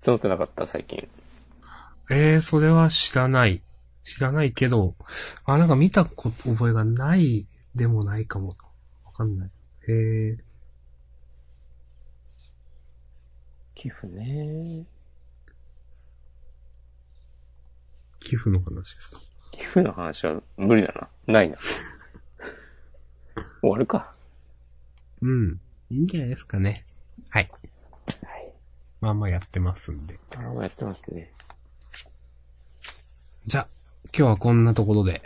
[SPEAKER 2] 募ってなかった、最近。
[SPEAKER 1] ええー、それは知らない。知らないけど、あ、なんか見たこと覚えがないでもないかも。わかんない。へえ。
[SPEAKER 2] 寄付ね。
[SPEAKER 1] 寄付の話ですか。
[SPEAKER 2] 寄付ふうな話は無理だな。ないな。終わるか。
[SPEAKER 1] うん。いいんじゃないですかね。はい。
[SPEAKER 2] はい。
[SPEAKER 1] まあまあやってますんで。
[SPEAKER 2] ドラマやってますね。
[SPEAKER 1] じゃあ、今日はこんなところで。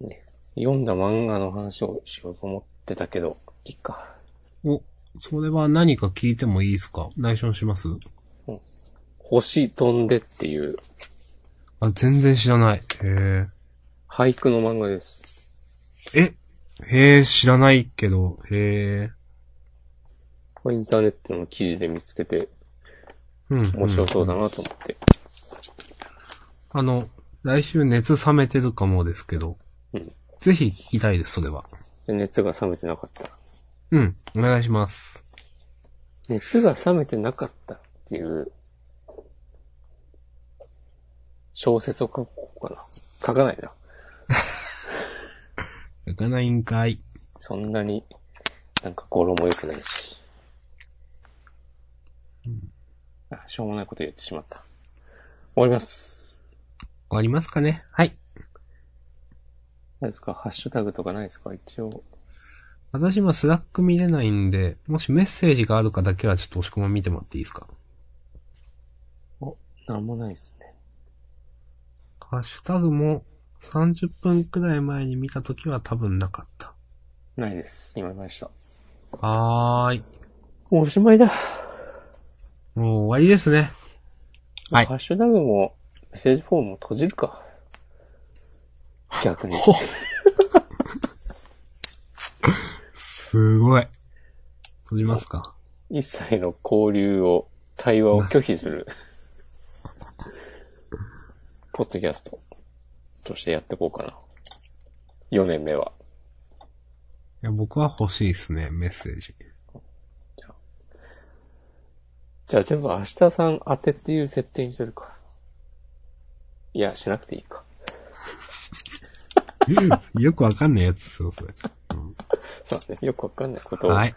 [SPEAKER 2] ね読んだ漫画の話をしようと思ってたけど、いいか。
[SPEAKER 1] お、それは何か聞いてもいいですか内緒にします
[SPEAKER 2] 星飛んでっていう
[SPEAKER 1] あ、全然知らない。へ
[SPEAKER 2] 俳句の漫画です。
[SPEAKER 1] え。えへえ、知らないけど、へえ。
[SPEAKER 2] これインターネットの記事で見つけて
[SPEAKER 1] うん、
[SPEAKER 2] 面白そうだなと思って。
[SPEAKER 1] あの、来週熱冷めてるかもですけど、
[SPEAKER 2] うん
[SPEAKER 1] ぜひ聞きたいです、それは。
[SPEAKER 2] で熱が冷めてなかったら。
[SPEAKER 1] うん、お願いします。
[SPEAKER 2] 熱が冷めてなかったっていう小説を書こうかな。書かないな。
[SPEAKER 1] 行かないんかい。
[SPEAKER 2] そんなになんか語呂も良くないし。あ、しょうもないこと言ってしまった。終わります。
[SPEAKER 1] 終わりますかねはい。
[SPEAKER 2] 何ですかハッシュタグとかないですか一応。
[SPEAKER 1] 私今スラック見れないんで、もしメッセージがあるかだけはちょっと押し込ま見てもらっていいですか
[SPEAKER 2] お、なんもないですね。
[SPEAKER 1] ハッシュタグも30分くらい前に見たときは多分なかった。
[SPEAKER 2] ないです。今ました。
[SPEAKER 1] はーい。
[SPEAKER 2] もうおしまいだ。
[SPEAKER 1] もう終わりですね。はい
[SPEAKER 2] ハッシュタグも、メッセージフォームも閉じるか。逆に。
[SPEAKER 1] すごい。閉じますか
[SPEAKER 2] 一切の交流を、対話を拒否 する。ポッドキャストとしてやっていこうかな。4年目は。
[SPEAKER 1] いや、僕は欲しいですね、メッセージ。
[SPEAKER 2] じゃあ全部明日さん当てっていう設定にするか。いや、しなくていいか。
[SPEAKER 1] よくわかんないやつですよ、それ。
[SPEAKER 2] そうですね。よくわかんないことを
[SPEAKER 1] はい。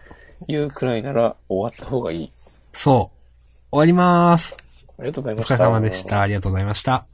[SPEAKER 2] 言うくらいなら終わった方がいい。
[SPEAKER 1] そう。終わりまーす。
[SPEAKER 2] ありがとうござい
[SPEAKER 1] お
[SPEAKER 2] まし
[SPEAKER 1] 疲
[SPEAKER 2] た。
[SPEAKER 1] れ様でし。た。ありがとうございました。